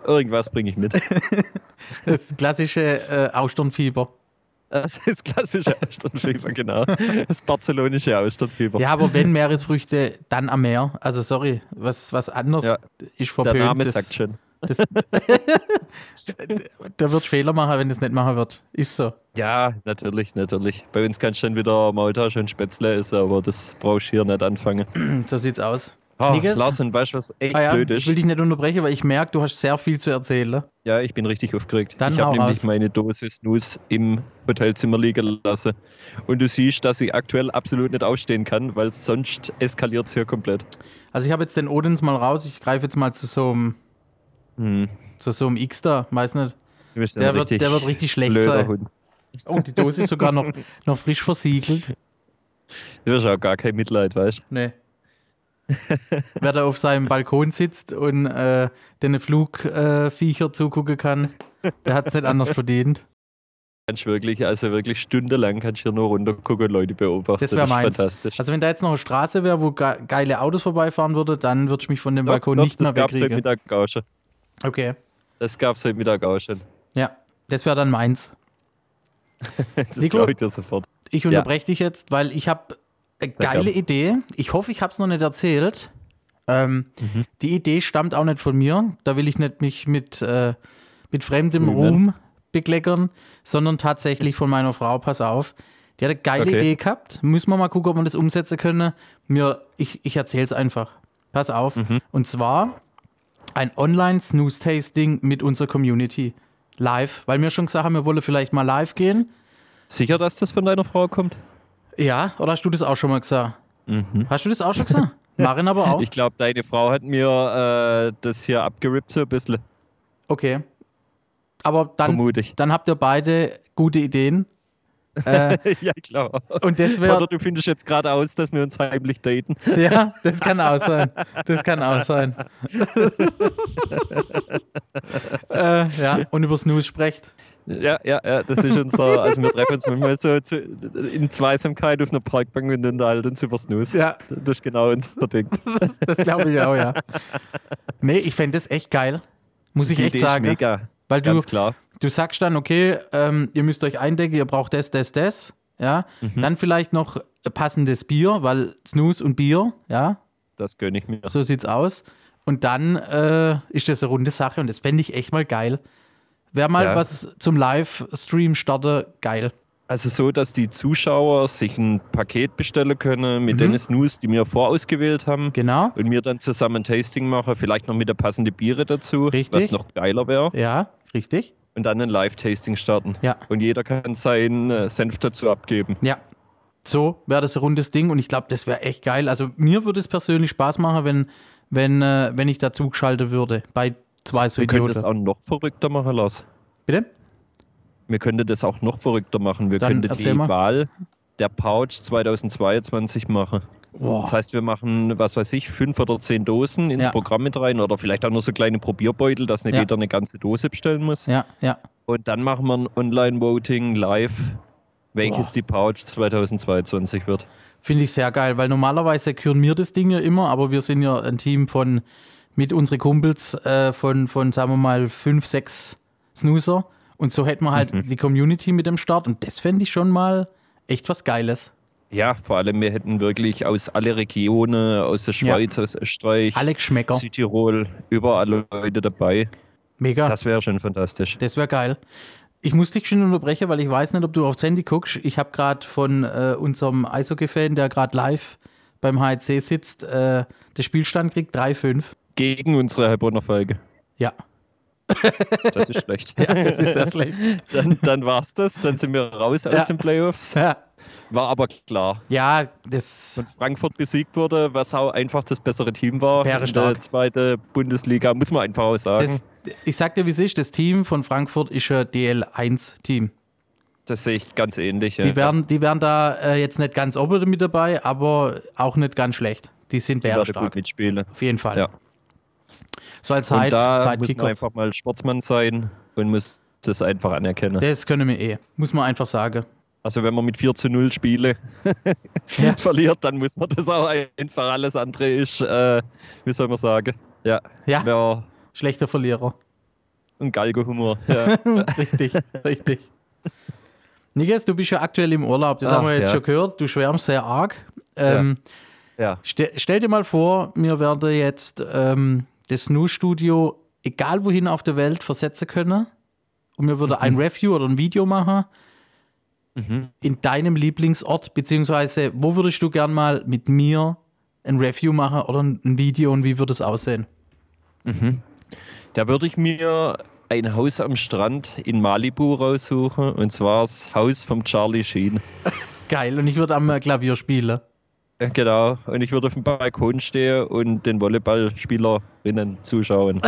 [SPEAKER 2] irgendwas bringe ich mit.
[SPEAKER 3] Das klassische äh, Austernfieber.
[SPEAKER 2] Das ist klassische Austernfieber, genau. Das barcelonische Austernfieber.
[SPEAKER 3] Ja, aber wenn Meeresfrüchte, dann am Meer. Also sorry, was, was anderes
[SPEAKER 2] Ja,
[SPEAKER 3] ist
[SPEAKER 2] Der
[SPEAKER 3] verpönt.
[SPEAKER 2] Name
[SPEAKER 3] das,
[SPEAKER 2] sagt schon.
[SPEAKER 3] das, da wird Fehler machen, wenn das nicht machen wird. Ist so.
[SPEAKER 2] Ja, natürlich, natürlich. Bei uns kannst du dann wieder Maultasch und Spätzle essen, aber das brauchst du hier nicht anfangen.
[SPEAKER 3] So sieht's aus.
[SPEAKER 2] Ah,
[SPEAKER 3] Niggas?
[SPEAKER 2] Larsen, weißt du, was echt
[SPEAKER 3] Ah ja,
[SPEAKER 2] blöd
[SPEAKER 3] ich will
[SPEAKER 2] ist?
[SPEAKER 3] dich nicht unterbrechen, weil ich merke, du hast sehr viel zu erzählen. ne?
[SPEAKER 2] Ja, ich bin richtig aufgeregt.
[SPEAKER 3] Dann
[SPEAKER 2] ich
[SPEAKER 3] hau
[SPEAKER 2] habe nämlich
[SPEAKER 3] raus.
[SPEAKER 2] meine Dose Snooze im Hotelzimmer liegen lassen. Und du siehst, dass ich aktuell absolut nicht aufstehen kann, weil sonst eskaliert es hier komplett.
[SPEAKER 3] Also ich habe jetzt den Odins mal raus, ich greife jetzt mal zu so einem
[SPEAKER 2] Hm.
[SPEAKER 3] zu so einem X da, weiß nicht.
[SPEAKER 2] Du bist
[SPEAKER 3] Der
[SPEAKER 2] ein
[SPEAKER 3] wird- der wird richtig schlecht
[SPEAKER 2] blöder
[SPEAKER 3] sein.
[SPEAKER 2] Hund.
[SPEAKER 3] Oh, die Dose ist sogar noch, noch frisch versiegelt.
[SPEAKER 2] Du hast auch gar kein Mitleid, weißt du?
[SPEAKER 3] Nee. Wer da auf seinem Balkon sitzt und äh, den Flugviecher äh, Viecher zugucken kann, der hat es nicht anders verdient.
[SPEAKER 2] Kannst wirklich, also wirklich stundenlang kannst du hier nur runtergucken und Leute beobachten.
[SPEAKER 3] Das wär
[SPEAKER 2] ist
[SPEAKER 3] meins.
[SPEAKER 2] fantastisch.
[SPEAKER 3] Also wenn da jetzt noch eine Straße wäre, wo ge geile Autos vorbeifahren würde, dann würde ich mich von dem
[SPEAKER 2] Doch,
[SPEAKER 3] Balkon
[SPEAKER 2] doch,
[SPEAKER 3] nicht mehr
[SPEAKER 2] Das gab es heute
[SPEAKER 3] wegkriegen.
[SPEAKER 2] Mittag auch schon.
[SPEAKER 3] Okay.
[SPEAKER 2] Das gab es heute Mittag auch schon.
[SPEAKER 3] Ja, das wäre dann meins.
[SPEAKER 2] Das
[SPEAKER 3] Nico?
[SPEAKER 2] glaube ich dir sofort.
[SPEAKER 3] Ich unterbreche dich jetzt, weil ich habe eine geile
[SPEAKER 2] gerne.
[SPEAKER 3] Idee. Ich hoffe, ich habe es noch nicht erzählt. Ähm, Die Idee stammt auch nicht von mir. Da will ich nicht mich mit, äh, mit fremdem
[SPEAKER 2] Rühmen.
[SPEAKER 3] Ruhm bekleckern, sondern tatsächlich von meiner Frau. Pass auf. Die hat eine geile
[SPEAKER 2] Okay.
[SPEAKER 3] Idee gehabt. Müssen wir mal gucken, ob wir das umsetzen können. Mir, ich ich erzähle es einfach. Pass auf. Und zwar ein Online-Snooze-Tasting mit unserer Community. Live. Weil wir schon gesagt haben, wir wollen vielleicht mal live gehen.
[SPEAKER 2] Sicher, dass das von deiner Frau kommt? Mhm.
[SPEAKER 3] Ja, oder hast du das auch schon mal gesagt? Hast du das auch schon gesagt? Marin aber auch.
[SPEAKER 2] Ich glaube, deine Frau hat mir äh, das hier abgerippt, so ein bisschen,
[SPEAKER 3] Okay. Aber dann,
[SPEAKER 2] vermute ich.
[SPEAKER 3] dann habt ihr beide gute Ideen. Äh,
[SPEAKER 2] ja, klar.
[SPEAKER 3] Und das
[SPEAKER 2] Oder
[SPEAKER 3] wäre.
[SPEAKER 2] du findest jetzt gerade aus, dass wir uns heimlich daten.
[SPEAKER 3] ja, das kann auch sein. Das kann auch sein. äh, ja, und über Snooze sprecht.
[SPEAKER 2] Ja, ja, ja, das ist unser. Also, wir treffen uns manchmal so zu, in Zweisamkeit auf einer Parkbank und unterhalten uns über Snooze.
[SPEAKER 3] Ja,
[SPEAKER 2] Das ist genau unser Ding.
[SPEAKER 3] das glaube ich auch, ja. Nee, ich fände das echt geil. Muss ich
[SPEAKER 2] Die Idee
[SPEAKER 3] echt
[SPEAKER 2] ist
[SPEAKER 3] sagen.
[SPEAKER 2] Mega.
[SPEAKER 3] Weil du,
[SPEAKER 2] Ganz klar.
[SPEAKER 3] du sagst dann, okay, ähm, ihr müsst euch eindecken, ihr braucht das, das, das. Ja,
[SPEAKER 2] Mhm.
[SPEAKER 3] dann vielleicht noch passendes Bier, weil Snooze und Bier, ja,
[SPEAKER 2] Das gönne ich mir.
[SPEAKER 3] so sieht's aus. Und dann äh, ist das eine runde Sache und das fände ich echt mal geil. Wer mal
[SPEAKER 2] Ja.
[SPEAKER 3] was zum Livestream starte, geil.
[SPEAKER 2] Also so, dass die Zuschauer sich ein Paket bestellen können mit
[SPEAKER 3] Mhm.
[SPEAKER 2] den Snooze, die wir vorausgewählt haben.
[SPEAKER 3] Genau.
[SPEAKER 2] Und wir dann zusammen ein Tasting machen, vielleicht noch mit der passenden Biere dazu,
[SPEAKER 3] Richtig.
[SPEAKER 2] was noch geiler wäre.
[SPEAKER 3] Ja, richtig.
[SPEAKER 2] Und dann ein Live-Tasting starten.
[SPEAKER 3] Ja.
[SPEAKER 2] Und jeder kann seinen äh, Senf dazu abgeben.
[SPEAKER 3] Ja. So wäre das ein rundes Ding und ich glaube, das wäre echt geil. Also mir würde es persönlich Spaß machen, wenn, wenn, äh, wenn ich da zugeschaltet würde bei zwei so
[SPEAKER 2] Wir können das
[SPEAKER 3] Idioten.
[SPEAKER 2] auch noch verrückter machen, Lars.
[SPEAKER 3] Bitte?
[SPEAKER 2] Wir könnten das auch noch verrückter machen. Wir
[SPEAKER 3] Dann
[SPEAKER 2] könnten
[SPEAKER 3] erzähl
[SPEAKER 2] die
[SPEAKER 3] mal.
[SPEAKER 2] Wahl der Pouch 2022 machen.
[SPEAKER 3] Boah.
[SPEAKER 2] Das heißt, wir machen, was weiß ich, fünf oder zehn Dosen ins
[SPEAKER 3] Oh. Ja.
[SPEAKER 2] Programm mit rein oder vielleicht auch nur so kleine Probierbeutel, dass nicht
[SPEAKER 3] Ja.
[SPEAKER 2] jeder eine ganze Dose bestellen muss.
[SPEAKER 3] Ja, ja.
[SPEAKER 2] Und dann machen wir ein Online-Voting live, welches die Pouch 2022 wird.
[SPEAKER 3] Finde ich sehr geil, weil normalerweise küren wir das Ding ja immer, aber wir sind ja ein Team von, mit unseren Kumpels äh, von, von, sagen wir mal, fünf, sechs Snoozer. Und so hätten wir halt die Community mit dem Start und das fände ich schon mal echt was Geiles.
[SPEAKER 2] Ja, vor allem, wir hätten wirklich aus alle Regionen, aus der Schweiz, aus Österreich,
[SPEAKER 3] Alex Schmecker,
[SPEAKER 2] Südtirol, überall Leute dabei.
[SPEAKER 3] mega.
[SPEAKER 2] Das wäre schon fantastisch.
[SPEAKER 3] Das wäre geil. Ich muss dich schon unterbrechen, weil ich weiß nicht, ob du aufs Handy guckst. Ich habe gerade von äh, unserem Eishockey-Fan, der gerade live beim HEC sitzt, äh, der Spielstand kriegt 3-5.
[SPEAKER 2] Gegen unsere Heilbronner Folge.
[SPEAKER 3] Ja,
[SPEAKER 2] Das ist schlecht.
[SPEAKER 3] ja, das ist sehr schlecht.
[SPEAKER 2] Dann, dann war's das. Dann sind wir raus
[SPEAKER 3] Ja.
[SPEAKER 2] aus den Playoffs.
[SPEAKER 3] Ja,
[SPEAKER 2] War aber klar.
[SPEAKER 3] ja das
[SPEAKER 2] Frankfurt besiegt wurde, was auch einfach das bessere Team war.
[SPEAKER 3] Wäre
[SPEAKER 2] In
[SPEAKER 3] stark.
[SPEAKER 2] der zweiten Bundesliga, muss man einfach auch sagen.
[SPEAKER 3] Das,
[SPEAKER 2] Das,
[SPEAKER 3] ich sag dir, wie es ist: Das Team von Frankfurt ist ein DL1-Team.
[SPEAKER 2] sehe ich ganz ähnlich. ja.
[SPEAKER 3] Die wären, die wären da äh, jetzt nicht ganz oben mit dabei, aber auch nicht ganz schlecht. Die sind
[SPEAKER 2] Die werden
[SPEAKER 3] bärenstark.
[SPEAKER 2] gut mitspielen.
[SPEAKER 3] Auf jeden Fall.
[SPEAKER 2] Ja.
[SPEAKER 3] So als
[SPEAKER 2] Und
[SPEAKER 3] Side-
[SPEAKER 2] da muss
[SPEAKER 3] Sidekicker.
[SPEAKER 2] man einfach mal Sportsmann sein und muss das einfach anerkennen.
[SPEAKER 3] das können wir eh. Muss man einfach sagen.
[SPEAKER 2] Also wenn man mit 4 zu 0 Spiele
[SPEAKER 3] Ja.
[SPEAKER 2] verliert, dann muss man das auch einfach. Alles andere ist, äh, wie soll man sagen, ja,
[SPEAKER 3] Ja.
[SPEAKER 2] wäre
[SPEAKER 3] Schlechter Verlierer.
[SPEAKER 2] ein Galgenhumor. Ja.
[SPEAKER 3] richtig, richtig. Niggas, du bist ja aktuell im Urlaub, das
[SPEAKER 2] Ah,
[SPEAKER 3] haben wir jetzt
[SPEAKER 2] ja.
[SPEAKER 3] schon gehört. Du schwärmst sehr arg. Ähm,
[SPEAKER 2] ja.
[SPEAKER 3] ste stell dir mal vor, mir werde jetzt ähm, das Snoo-Studio egal wohin auf der Welt versetzen können und mir würde
[SPEAKER 2] Mhm.
[SPEAKER 3] ein Review oder ein Video machen in deinem Lieblingsort, beziehungsweise wo würdest du gern mal mit mir ein Review machen oder ein ein Video und wie würde es aussehen?
[SPEAKER 2] Da würde ich mir ein Haus am Strand in Malibu raussuchen und zwar das Haus vom Charlie Sheen.
[SPEAKER 3] Geil, und ich würde am äh, Klavier spielen.
[SPEAKER 2] Ja, Genau, und ich würde auf dem Balkon stehen und den Volleyballspielerinnen zuschauen.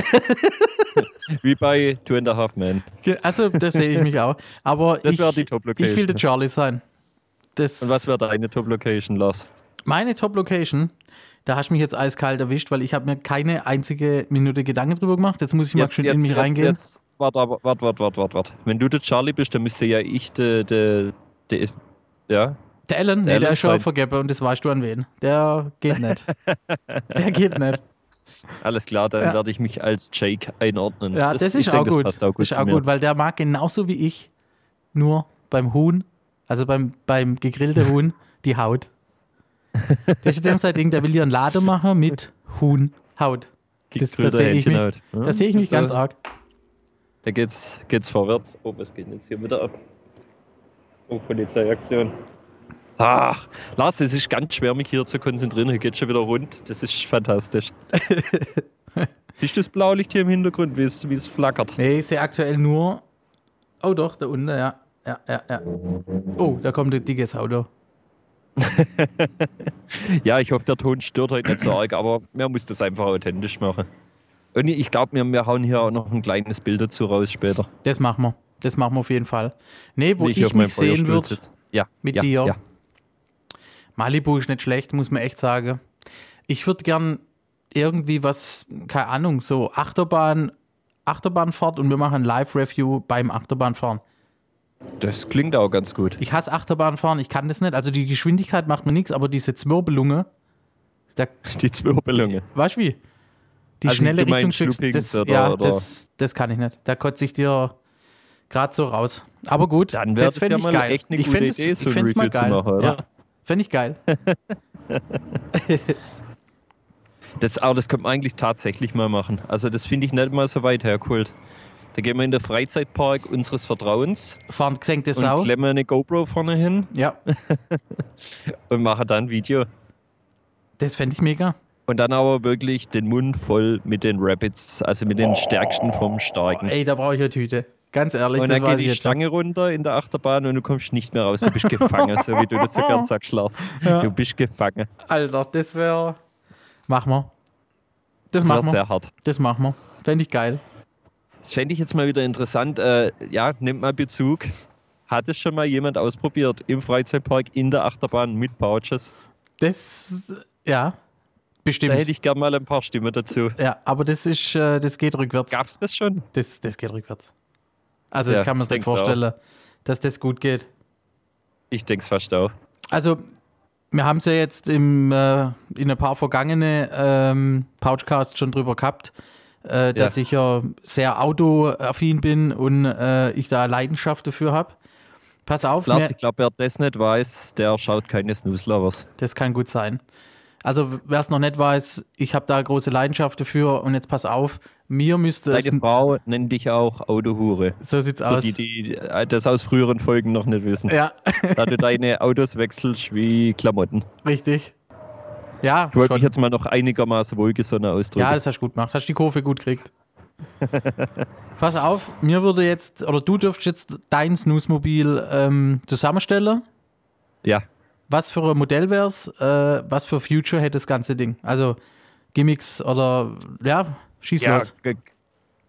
[SPEAKER 2] Wie bei Two and a Half Men.
[SPEAKER 3] Ge- Also, das sehe ich mich auch. Aber
[SPEAKER 2] Das
[SPEAKER 3] ich,
[SPEAKER 2] wäre die Top-Location.
[SPEAKER 3] ich will der Charlie sein. Das
[SPEAKER 2] Und was wäre deine Top-Location, Lars?
[SPEAKER 3] meine Top-Location. Da hast du mich jetzt eiskalt erwischt, weil ich habe mir keine einzige Minute Gedanken drüber gemacht. Jetzt muss ich mal schön in mich reingehen.
[SPEAKER 2] Jetzt, warte, aber- warte, warte, warte, warte, warte. Wenn du der Charlie bist, dann müsste ja ich der, der, der ja,
[SPEAKER 3] Der Alan, nee,
[SPEAKER 2] Der
[SPEAKER 3] der,
[SPEAKER 2] Alan
[SPEAKER 3] ist schon
[SPEAKER 2] Freund.
[SPEAKER 3] vergeben und das weißt du an wen. Der geht nicht. der geht nicht.
[SPEAKER 2] alles klar, dann
[SPEAKER 3] Ja.
[SPEAKER 2] werde ich mich als Jake einordnen.
[SPEAKER 3] Ja, das,
[SPEAKER 2] ich
[SPEAKER 3] ist,
[SPEAKER 2] denk,
[SPEAKER 3] auch gut.
[SPEAKER 2] Das passt auch gut.
[SPEAKER 3] ist
[SPEAKER 2] zu
[SPEAKER 3] auch
[SPEAKER 2] mir.
[SPEAKER 3] gut, weil der mag genauso wie ich nur beim Huhn, also beim, beim gegrillten Huhn, die Haut. Das ist dem sein Ding, der will hier einen Laden machen mit Huhn, Haut. Das,
[SPEAKER 2] Gegrillte
[SPEAKER 3] das sehe ich mich,
[SPEAKER 2] Hähnchenhaut. Ja,
[SPEAKER 3] das sehe ich mich
[SPEAKER 2] da-
[SPEAKER 3] ganz arg.
[SPEAKER 2] halt, ne? Da geht's, geht's vorwärts. Oh, was geht denn jetzt hier wieder ab? Oh, Polizeiaktion. Ach, Lars, es ist ganz schwer, mich hier zu konzentrieren. Hier geht schon wieder rund. Das ist fantastisch. Siehst du das Blaulicht hier im Hintergrund, wie es wie es flackert?
[SPEAKER 3] Nee, ich sehe aktuell nur. Oh doch, da unten, ja. Ja, ja, ja. Oh, da kommt ein dickes Auto.
[SPEAKER 2] Ja, ich hoffe, der Ton stört heute nicht so arg, aber man muss das einfach authentisch machen. Und ich glaube, wir, wir hauen hier auch noch ein kleines Bild dazu raus später.
[SPEAKER 3] Das machen wir. Das machen wir auf jeden Fall. Nee, wo
[SPEAKER 2] Wie
[SPEAKER 3] ich,
[SPEAKER 2] auf meinem
[SPEAKER 3] mich sehen
[SPEAKER 2] Feuerstuhl
[SPEAKER 3] würde,
[SPEAKER 2] sitze. Ja,
[SPEAKER 3] mit
[SPEAKER 2] ja,
[SPEAKER 3] dir.
[SPEAKER 2] Ja.
[SPEAKER 3] Malibu ist nicht schlecht, muss man echt sagen. Ich würde gern irgendwie was, keine Ahnung, so Achterbahn, Achterbahnfahrt und wir machen ein Live-Review beim Achterbahnfahren.
[SPEAKER 2] Das klingt auch ganz gut.
[SPEAKER 3] Ich hasse Achterbahnfahren, ich kann das nicht. Also die Geschwindigkeit macht mir nichts, aber diese Zwirbelunge, da,
[SPEAKER 2] Die Zwirbelungen.
[SPEAKER 3] weißt du wie? Die
[SPEAKER 2] Also
[SPEAKER 3] schnelle
[SPEAKER 2] du meinst
[SPEAKER 3] Richtung
[SPEAKER 2] Loopings
[SPEAKER 3] das,
[SPEAKER 2] oder-
[SPEAKER 3] ja,
[SPEAKER 2] oder-
[SPEAKER 3] Das, das kann ich nicht. Da kotze ich dir gerade so raus. Aber gut,
[SPEAKER 2] Dann wär
[SPEAKER 3] das
[SPEAKER 2] das
[SPEAKER 3] fänd
[SPEAKER 2] ja
[SPEAKER 3] ich
[SPEAKER 2] mal
[SPEAKER 3] geil.
[SPEAKER 2] echt eine
[SPEAKER 3] ich
[SPEAKER 2] gute
[SPEAKER 3] fänd es-
[SPEAKER 2] Idee,
[SPEAKER 3] ich
[SPEAKER 2] so ein
[SPEAKER 3] fänd's mal
[SPEAKER 2] Review zu
[SPEAKER 3] geil.
[SPEAKER 2] machen, oder?
[SPEAKER 3] Ja, Fände ich geil.
[SPEAKER 2] Das, aber das könnte man eigentlich tatsächlich mal machen. Also das finde ich nicht mal so weit hergeholt. Da gehen wir in den Freizeitpark unseres Vertrauens
[SPEAKER 3] Fahren gesenkte
[SPEAKER 2] und
[SPEAKER 3] Sau.
[SPEAKER 2] klemmen eine GoPro vorne hin
[SPEAKER 3] Ja,
[SPEAKER 2] und machen dann ein Video.
[SPEAKER 3] das fände ich mega.
[SPEAKER 2] Und dann aber wirklich den Mund voll mit den Rabbits, also mit den Stärksten vom Starken.
[SPEAKER 3] Ey, da brauche ich eine Tüte. Ganz ehrlich,
[SPEAKER 2] Und
[SPEAKER 3] das
[SPEAKER 2] dann
[SPEAKER 3] weiß
[SPEAKER 2] geht
[SPEAKER 3] ich
[SPEAKER 2] die
[SPEAKER 3] jetzt schon.
[SPEAKER 2] Stange runter in der Achterbahn und du kommst nicht mehr raus. Du bist gefangen, so wie du das so gern sagst, Lars.
[SPEAKER 3] Ja.
[SPEAKER 2] Du bist gefangen.
[SPEAKER 3] Alter, das wäre. Machen wir. Das,
[SPEAKER 2] Das wäre
[SPEAKER 3] machen wir.
[SPEAKER 2] sehr hart.
[SPEAKER 3] Das machen wir. Fände ich geil.
[SPEAKER 2] Das fände ich jetzt mal wieder interessant. Äh, ja, nimmt mal Bezug. Hat es schon mal jemand ausprobiert im Freizeitpark, in der Achterbahn mit Pouches?
[SPEAKER 3] Das. Ja.
[SPEAKER 2] Da hätte
[SPEAKER 3] Bestimmt.
[SPEAKER 2] ich gerne mal ein paar Stimmen dazu.
[SPEAKER 3] Ja, aber das ist. äh, Das geht rückwärts.
[SPEAKER 2] Gab's das schon?
[SPEAKER 3] Das, das geht rückwärts. Also,
[SPEAKER 2] Ja,
[SPEAKER 3] ich kann mir
[SPEAKER 2] ich
[SPEAKER 3] das nicht
[SPEAKER 2] denk's auch.
[SPEAKER 3] vorstellen, dass das gut geht.
[SPEAKER 2] Ich denke es fast auch.
[SPEAKER 3] Also, wir haben es ja jetzt im, äh, in ein paar vergangene ähm, Pouchcasts schon drüber gehabt, äh, dass ich ja sehr autoaffin bin und äh, ich da Leidenschaft dafür habe. Pass auf, mir-
[SPEAKER 2] Lars, ich glaube, wer das nicht weiß, der schaut keine Snooze-Lovers.
[SPEAKER 3] Das kann gut sein. Also, wer es noch nicht weiß, ich habe da große Leidenschaft dafür und jetzt pass auf, mir müsste es.
[SPEAKER 2] Deine Frau nennt dich auch Autohure.
[SPEAKER 3] So sieht's
[SPEAKER 2] Für
[SPEAKER 3] aus.
[SPEAKER 2] die, die äh, das aus früheren Folgen noch nicht wissen.
[SPEAKER 3] Ja,
[SPEAKER 2] Da du deine Autos wechselst wie Klamotten.
[SPEAKER 3] richtig. Ja,
[SPEAKER 2] Ich wollte
[SPEAKER 3] schon.
[SPEAKER 2] mich jetzt mal noch einigermaßen wohlgesonnen ausdrücken.
[SPEAKER 3] ja, das hast du gut gemacht. Hast die Kurve gut gekriegt. pass auf, mir würde jetzt, oder du dürftest jetzt dein Snooze-Mobil ähm, zusammenstellen.
[SPEAKER 2] ja.
[SPEAKER 3] Was für ein Modell wär's? Äh, was für Future hätte das ganze Ding? Also, Gimmicks oder, ja, schieß
[SPEAKER 2] Ja,
[SPEAKER 3] los.
[SPEAKER 2] ge-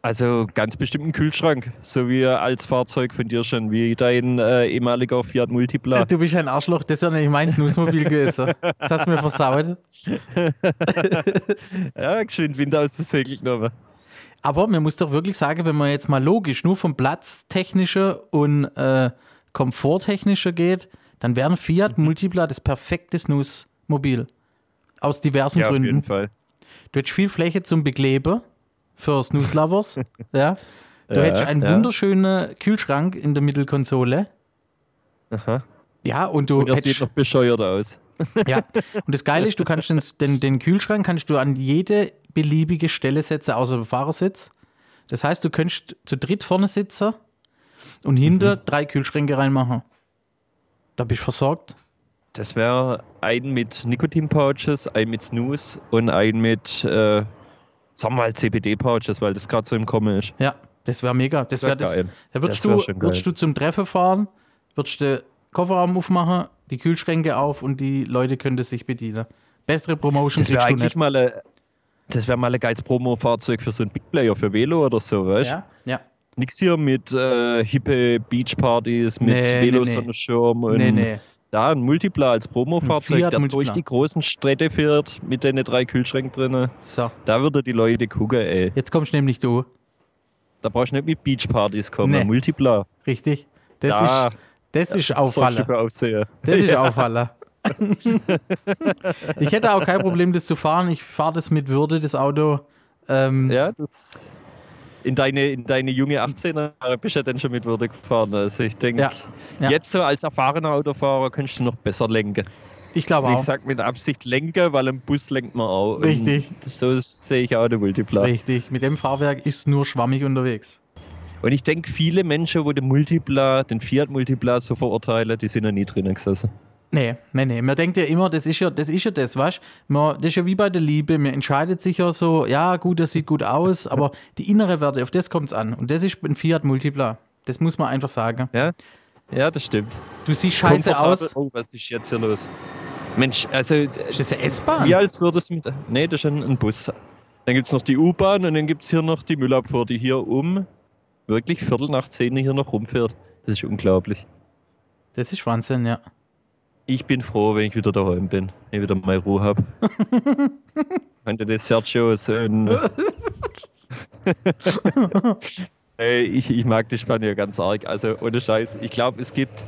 [SPEAKER 2] also ganz bestimmt ein Kühlschrank, so wie er als Fahrzeug von dir schon, wie dein äh, ehemaliger Fiat Multipla.
[SPEAKER 3] Du bist ein Arschloch, das wäre nämlich mein Snooze-Mobil gewesen. Das hast du mir versaut.
[SPEAKER 2] Ja, geschwind Wind ne? aus dem Segel genommen.
[SPEAKER 3] Aber man muss doch wirklich sagen, wenn man jetzt mal logisch nur vom Platztechnische und äh, Komforttechnische geht, dann wäre ein Fiat
[SPEAKER 2] Mhm.
[SPEAKER 3] Multipla das perfekte Snooze-Mobil. Aus diversen
[SPEAKER 2] Ja, auf jeden
[SPEAKER 3] Gründen.
[SPEAKER 2] Fall.
[SPEAKER 3] Du hättest viel Fläche zum Bekleben für Snooze-Lovers. ja. Du
[SPEAKER 2] Ja,
[SPEAKER 3] hättest einen
[SPEAKER 2] ja.
[SPEAKER 3] wunderschönen Kühlschrank in der Mittelkonsole.
[SPEAKER 2] Aha.
[SPEAKER 3] Ja, und du
[SPEAKER 2] Und er
[SPEAKER 3] hättest-
[SPEAKER 2] sieht noch bescheuert aus.
[SPEAKER 3] Ja, und das Geile ist, du kannst den, den, den Kühlschrank kannst du an jede beliebige Stelle setzen, außer dem Fahrersitz. Das heißt, du könntest zu dritt vorne sitzen und hinter
[SPEAKER 2] Mhm.
[SPEAKER 3] drei Kühlschränke reinmachen. Da bist du versorgt.
[SPEAKER 2] Das wäre ein mit Nikotin-Pouches, ein mit Snooze und ein mit, äh, sagen wir mal, CBD-Pouches, weil das gerade so im Kommen ist.
[SPEAKER 3] Ja, das wäre mega. Das
[SPEAKER 2] wär
[SPEAKER 3] wäre das.
[SPEAKER 2] geil.
[SPEAKER 3] Da würdest,
[SPEAKER 2] Das wär
[SPEAKER 3] du,
[SPEAKER 2] schon geil.
[SPEAKER 3] würdest du zum Treffen fahren, würdest du Kofferraum aufmachen, die Kühlschränke auf und die Leute könnten sich bedienen. Bessere Promotion
[SPEAKER 2] Das wäre
[SPEAKER 3] kriegst du
[SPEAKER 2] eigentlich
[SPEAKER 3] nicht.
[SPEAKER 2] mal ein, das wäre mal ein geiles Promo-Fahrzeug für so ein Big Player, für Velo oder so, weißt du?
[SPEAKER 3] Ja, ja.
[SPEAKER 2] Nix hier mit äh, hippe Beachpartys, mit
[SPEAKER 3] Nee, nee, nee.
[SPEAKER 2] Velo-Sonnenschirm und
[SPEAKER 3] Nee, nee.
[SPEAKER 2] da ein Multipla als Promo-Fahrzeug,
[SPEAKER 3] Fiat
[SPEAKER 2] der
[SPEAKER 3] Multipla.
[SPEAKER 2] durch die großen Städte fährt, mit den drei Kühlschränken drinnen.
[SPEAKER 3] So,
[SPEAKER 2] Da würde die Leute gucken, ey.
[SPEAKER 3] jetzt kommst nämlich du.
[SPEAKER 2] Da brauchst du nicht mit Beachpartys kommen,
[SPEAKER 3] Nee.
[SPEAKER 2] Multipla.
[SPEAKER 3] Richtig. Das
[SPEAKER 2] Da.
[SPEAKER 3] ist, das ist
[SPEAKER 2] Sorgst du
[SPEAKER 3] Auffaller.
[SPEAKER 2] für Aufsehen.
[SPEAKER 3] Das ist Auffaller. ich hätte auch kein Problem, das zu fahren. Ich fahre das mit Würde, das Auto. Ähm,
[SPEAKER 2] Ja, das. In deine, in deine junge 18er Jahre bist du ja dann schon mit Würde gefahren. Also ich denke,
[SPEAKER 3] Ja, ja.
[SPEAKER 2] jetzt so als erfahrener Autofahrer kannst du noch besser lenken.
[SPEAKER 3] Ich glaube
[SPEAKER 2] Ich
[SPEAKER 3] auch.
[SPEAKER 2] sag mit Absicht lenken, weil im Bus lenkt man auch. Und
[SPEAKER 3] Richtig.
[SPEAKER 2] So sehe ich auch den Multipla.
[SPEAKER 3] Richtig. Mit dem Fahrwerk ist nur schwammig unterwegs.
[SPEAKER 2] Und ich denke, viele Menschen, wo den Multipla, den Fiat Multipla so verurteilen, die sind ja nie drinnen gesessen.
[SPEAKER 3] Nee, nee, nee. Man denkt ja immer, das ist ja das, ist ja das weißt du? Man- Das ist ja wie bei der Liebe. Man entscheidet sich ja so, ja, gut, das sieht gut aus, aber die innere Werte, auf das kommt es an. Und das ist ein Fiat Multipla. Das muss man einfach sagen.
[SPEAKER 2] Ja, ja das stimmt.
[SPEAKER 3] Du siehst scheiße
[SPEAKER 2] Komfortabel-
[SPEAKER 3] aus.
[SPEAKER 2] Oh, was ist jetzt hier los? Mensch, also äh,
[SPEAKER 3] Ist das eine S-Bahn?
[SPEAKER 2] wie als würde es mit. Nee, das ist ein, ein Bus. Dann gibt es noch die U-Bahn und dann gibt es hier noch die Müllabfuhr, die hier um wirklich Viertel nach zehn hier noch rumfährt. Das ist unglaublich.
[SPEAKER 3] Das ist Wahnsinn, ja.
[SPEAKER 2] Ich bin froh, wenn ich wieder daheim bin, wenn ich wieder mal Ruhe habe. Könnte das Sergio sein. Ey, ich, ich mag die Spanier ganz arg. Also ohne Scheiß. Ich glaube, es gibt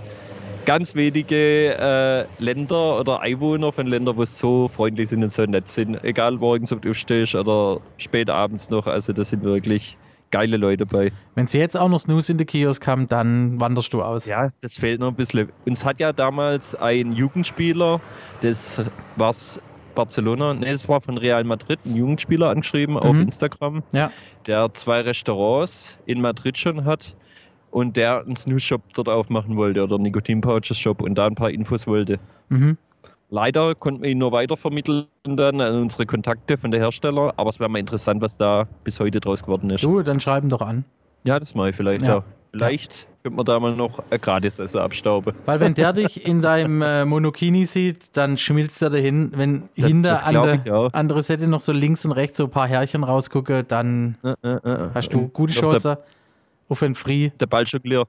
[SPEAKER 2] ganz wenige äh, Länder oder Einwohner von Ländern, wo so freundlich sind und so nett sind. Egal morgens, um ob du aufstehst oder spät abends noch. Also das sind wirklich geile Leute bei.
[SPEAKER 3] Wenn sie jetzt auch noch Snooze in den Kiosk haben, dann wanderst du aus.
[SPEAKER 2] Ja, das fehlt noch ein bisschen. Uns hat ja damals ein Jugendspieler, das war's Barcelona, ne, es war von Real Madrid, ein Jugendspieler angeschrieben auf
[SPEAKER 3] Mhm.
[SPEAKER 2] Instagram,
[SPEAKER 3] Ja.
[SPEAKER 2] der zwei Restaurants in Madrid schon hat und der einen Snooze-Shop dort aufmachen wollte oder einen Nikotin-Pouches-Shop und da ein paar Infos wollte.
[SPEAKER 3] Mhm.
[SPEAKER 2] Leider konnten wir ihn nur weitervermitteln dann an unsere Kontakte von der Hersteller, aber es wäre mal interessant, was da bis heute draus geworden ist.
[SPEAKER 3] Du, dann schreiben doch an.
[SPEAKER 2] Ja, das mache ich vielleicht.
[SPEAKER 3] Ja.
[SPEAKER 2] Ja. Vielleicht könnte man da mal noch ein Gratis-Essen abstauben.
[SPEAKER 3] Weil wenn der dich in deinem äh, Monokini sieht, dann schmilzt er dahin. Wenn
[SPEAKER 2] Das-
[SPEAKER 3] hinter
[SPEAKER 2] das glaub
[SPEAKER 3] an
[SPEAKER 2] ich
[SPEAKER 3] der
[SPEAKER 2] auch.
[SPEAKER 3] andere Seite noch so links und rechts so ein paar Härchen rausgucke, dann
[SPEAKER 2] Äh, äh, äh, äh.
[SPEAKER 3] hast du gute
[SPEAKER 2] Doch,
[SPEAKER 3] Chance auf ein Free.
[SPEAKER 2] Der Ball jongliert.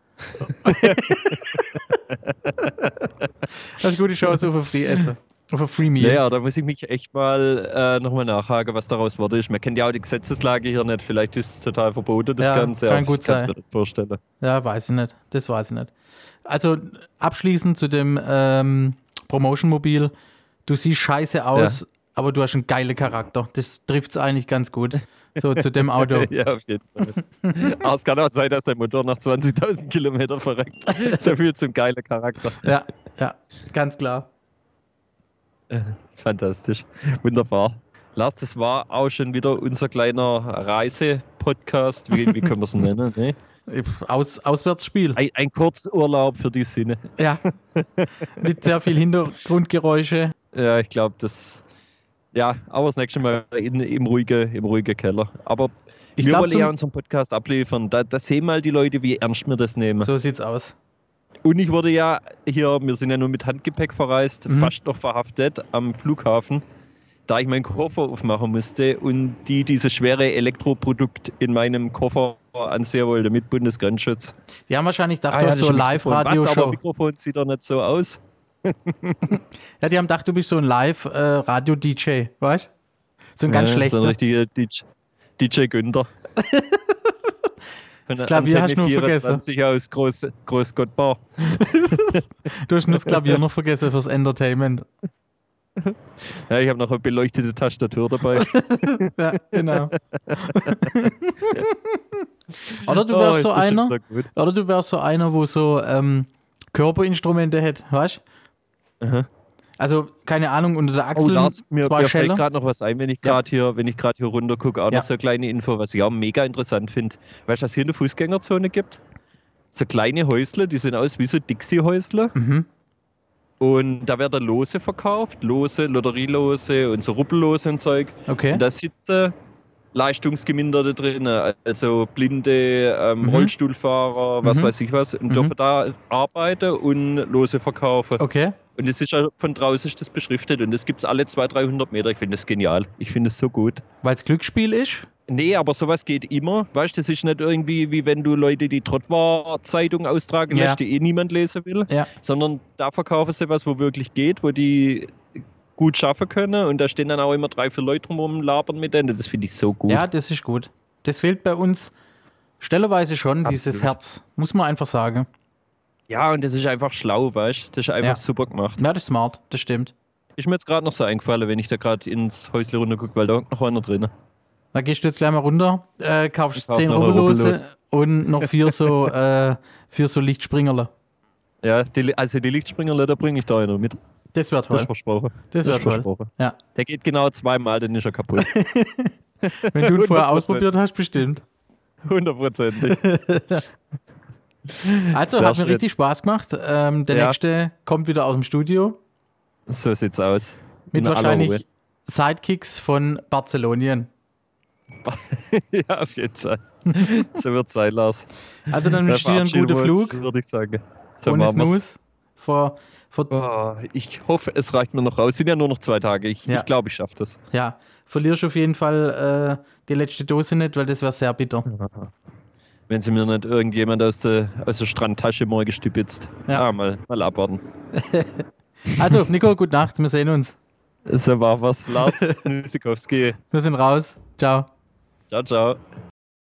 [SPEAKER 3] Hast gute Chance auf ein Free Essen. Auf ein Free Meal.
[SPEAKER 2] Ja, ja, da muss ich mich echt mal äh, nochmal nachhaken, was daraus wurde. Ich- Man kennt ja auch die Gesetzeslage hier nicht. Vielleicht ist es total verboten, das
[SPEAKER 3] Ja,
[SPEAKER 2] Ganze.
[SPEAKER 3] kann
[SPEAKER 2] aber
[SPEAKER 3] gut
[SPEAKER 2] ich kann's
[SPEAKER 3] sein.
[SPEAKER 2] mir nicht vorstellen.
[SPEAKER 3] Ja, weiß ich nicht. Das weiß ich nicht. also abschließend zu dem ähm, Promotion-Mobil. Du siehst scheiße aus, aber du hast einen geilen Charakter. Das trifft es eigentlich ganz gut. So zu dem Auto.
[SPEAKER 2] Ja, auf jeden Fall. Aber es kann auch sein, dass der Motor nach 20.000 Kilometern verreckt. So viel zum geilen Charakter.
[SPEAKER 3] ja, ja, ganz klar.
[SPEAKER 2] Fantastisch. Wunderbar. Lars, das war auch schon wieder unser kleiner Reise-Podcast. Wie, wie können wir es nennen? Ne?
[SPEAKER 3] Aus, Auswärtsspiel.
[SPEAKER 2] Ein, ein Kurzurlaub für die Sinne.
[SPEAKER 3] Ja. Mit sehr viel Hintergrundgeräusche.
[SPEAKER 2] Ja, ich glaube, das. Ja, aber das nächste Mal in, im, ruhigen, im ruhigen Keller. Aber
[SPEAKER 3] Ich
[SPEAKER 2] wir
[SPEAKER 3] glaub,
[SPEAKER 2] wollen ja
[SPEAKER 3] zum-
[SPEAKER 2] unseren Podcast abliefern. Da, da sehen mal die Leute, wie ernst wir das nehmen.
[SPEAKER 3] So sieht's aus.
[SPEAKER 2] Und ich wurde ja hier, wir sind ja nur mit Handgepäck verreist,
[SPEAKER 3] Mhm.
[SPEAKER 2] fast noch verhaftet am Flughafen, da ich meinen Koffer aufmachen musste und die dieses schwere Elektroprodukt in meinem Koffer ansehen wollte mit Bundesgrenzschutz.
[SPEAKER 3] Die haben wahrscheinlich gedacht, du
[SPEAKER 2] Ah, ja,
[SPEAKER 3] hast so
[SPEAKER 2] das
[SPEAKER 3] eine
[SPEAKER 2] Mikrofon. Was, aber
[SPEAKER 3] Live-Radio-Show.
[SPEAKER 2] Mikrofon sieht doch nicht so aus.
[SPEAKER 3] Ja, die haben gedacht, du bist so ein Live-Radio-DJ, weißt So ein ganz
[SPEAKER 2] Ja,
[SPEAKER 3] schlechter.
[SPEAKER 2] So ein richtiger DJ, DJ Günther. Von der
[SPEAKER 3] Klavier hast du
[SPEAKER 2] Antenne
[SPEAKER 3] nur vergessen.
[SPEAKER 2] 24 aus Groß, Groß Gottbar.
[SPEAKER 3] Du hast nur das Klavier noch vergessen fürs Entertainment.
[SPEAKER 2] Ja, ich habe noch eine beleuchtete Tastatur dabei.
[SPEAKER 3] Ja, genau. oder du
[SPEAKER 2] Oh,
[SPEAKER 3] wärst
[SPEAKER 2] ist
[SPEAKER 3] so
[SPEAKER 2] das schon
[SPEAKER 3] einer,
[SPEAKER 2] wieder gut.
[SPEAKER 3] oder du wärst so einer, wo so ähm, Körperinstrumente hätte, weißt
[SPEAKER 2] Aha.
[SPEAKER 3] Also, keine Ahnung, unter der
[SPEAKER 2] Oh,
[SPEAKER 3] Achsel
[SPEAKER 2] Lars, mir,
[SPEAKER 3] zwei
[SPEAKER 2] mir fällt
[SPEAKER 3] Scheller.
[SPEAKER 2] gerade noch was ein, wenn ich
[SPEAKER 3] Ja.
[SPEAKER 2] gerade hier, wenn ich gerade hier runter gucke, auch
[SPEAKER 3] Ja.
[SPEAKER 2] noch so eine kleine Info, was ich auch mega interessant finde. Weißt du, dass hier eine Fußgängerzone gibt? So kleine Häusle, die sehen aus wie so Dixie-Häusle.
[SPEAKER 3] Mhm.
[SPEAKER 2] Und da werden Lose verkauft, Lose, Lotterielose und so Ruppellose und Zeug.
[SPEAKER 3] Okay.
[SPEAKER 2] Und da sitzen Leistungsgeminderte drin, also Blinde, ähm,
[SPEAKER 3] Mhm.
[SPEAKER 2] Rollstuhlfahrer, was
[SPEAKER 3] Mhm.
[SPEAKER 2] weiß ich was, und
[SPEAKER 3] Mhm.
[SPEAKER 2] dürfen da arbeiten und Lose verkaufen.
[SPEAKER 3] Okay.
[SPEAKER 2] Und es ist ja von draußen ist das beschriftet und das gibt es alle 200, 300 Meter. Ich finde das genial. Ich finde es so gut.
[SPEAKER 3] Weil es Glücksspiel ist?
[SPEAKER 2] Nee, aber sowas geht immer. Weißt du, das ist nicht irgendwie, wie wenn du Leute die Trottwar-Zeitung austragen
[SPEAKER 3] Ja.
[SPEAKER 2] lässt, die eh niemand lesen will,
[SPEAKER 3] Ja.
[SPEAKER 2] sondern da verkaufen sie was, wo wirklich geht, wo die gut schaffen können und da stehen dann auch immer drei, vier Leute rum und labern mit denen. Das finde ich so gut.
[SPEAKER 3] Ja, das ist gut. Das fehlt bei uns stellerweise schon, dieses
[SPEAKER 2] Absolut.
[SPEAKER 3] Herz. Muss man einfach sagen.
[SPEAKER 2] Ja, und das ist einfach schlau, weißt du? Das ist einfach
[SPEAKER 3] Ja.
[SPEAKER 2] super gemacht.
[SPEAKER 3] Ja, das ist smart, das stimmt.
[SPEAKER 2] Ist mir jetzt gerade noch so eingefallen, wenn ich da gerade ins Häusle runtergucke, weil da hockt noch einer drin.
[SPEAKER 3] Da gehst du jetzt gleich mal runter, äh,
[SPEAKER 2] Ich
[SPEAKER 3] kaufst
[SPEAKER 2] kauf
[SPEAKER 3] 10
[SPEAKER 2] noch eine
[SPEAKER 3] Rubbellose und noch vier so, äh, vier so Lichtspringerle.
[SPEAKER 2] Ja, die, also die Lichtspringerle, da bringe ich da einer mit.
[SPEAKER 3] Das wäre
[SPEAKER 2] Das
[SPEAKER 3] toll.
[SPEAKER 2] ist versprochen.
[SPEAKER 3] Das wäre
[SPEAKER 2] ist
[SPEAKER 3] toll.
[SPEAKER 2] versprochen.
[SPEAKER 3] Ja.
[SPEAKER 2] Der geht genau zweimal, dann ist er kaputt.
[SPEAKER 3] Wenn du ihn vorher
[SPEAKER 2] 100%.
[SPEAKER 3] ausprobiert hast, bestimmt.
[SPEAKER 2] Hundertprozentig.
[SPEAKER 3] Also
[SPEAKER 2] Sehr
[SPEAKER 3] hat mir
[SPEAKER 2] schön.
[SPEAKER 3] richtig Spaß gemacht. Ähm, der
[SPEAKER 2] Ja.
[SPEAKER 3] nächste kommt wieder aus dem Studio
[SPEAKER 2] So sieht's aus.
[SPEAKER 3] mit
[SPEAKER 2] In aller
[SPEAKER 3] wahrscheinlich Sidekicks von Barcelonien.
[SPEAKER 2] Ruhe. ja, auf jeden Fall. So wird's sein, Lars.
[SPEAKER 3] Also dann
[SPEAKER 2] Da
[SPEAKER 3] wünsche ich dir einen
[SPEAKER 2] verabschieden
[SPEAKER 3] guten
[SPEAKER 2] wir uns,
[SPEAKER 3] Flug
[SPEAKER 2] Würde ich sagen. So
[SPEAKER 3] und
[SPEAKER 2] machen wir's.
[SPEAKER 3] Snooze. Vor, vor,
[SPEAKER 2] Oh, ich hoffe, es reicht mir noch raus. Sind ja nur noch zwei Tage. Ich glaube,
[SPEAKER 3] Ja.
[SPEAKER 2] ich, glaub, ich schaffe das.
[SPEAKER 3] Ja, verlierst auf jeden Fall äh, die letzte Dose nicht, weil das wäre sehr bitter.
[SPEAKER 2] Wenn sie mir nicht irgendjemand aus der, aus der Strandtasche morgen stibitzt.
[SPEAKER 3] Ja.
[SPEAKER 2] Ja, ah, mal, mal abwarten.
[SPEAKER 3] Also, Nico, gute Nacht, wir sehen uns.
[SPEAKER 2] So war was. Lars Nusikowski.
[SPEAKER 3] Wir sind raus. Ciao.
[SPEAKER 2] Ciao, ciao.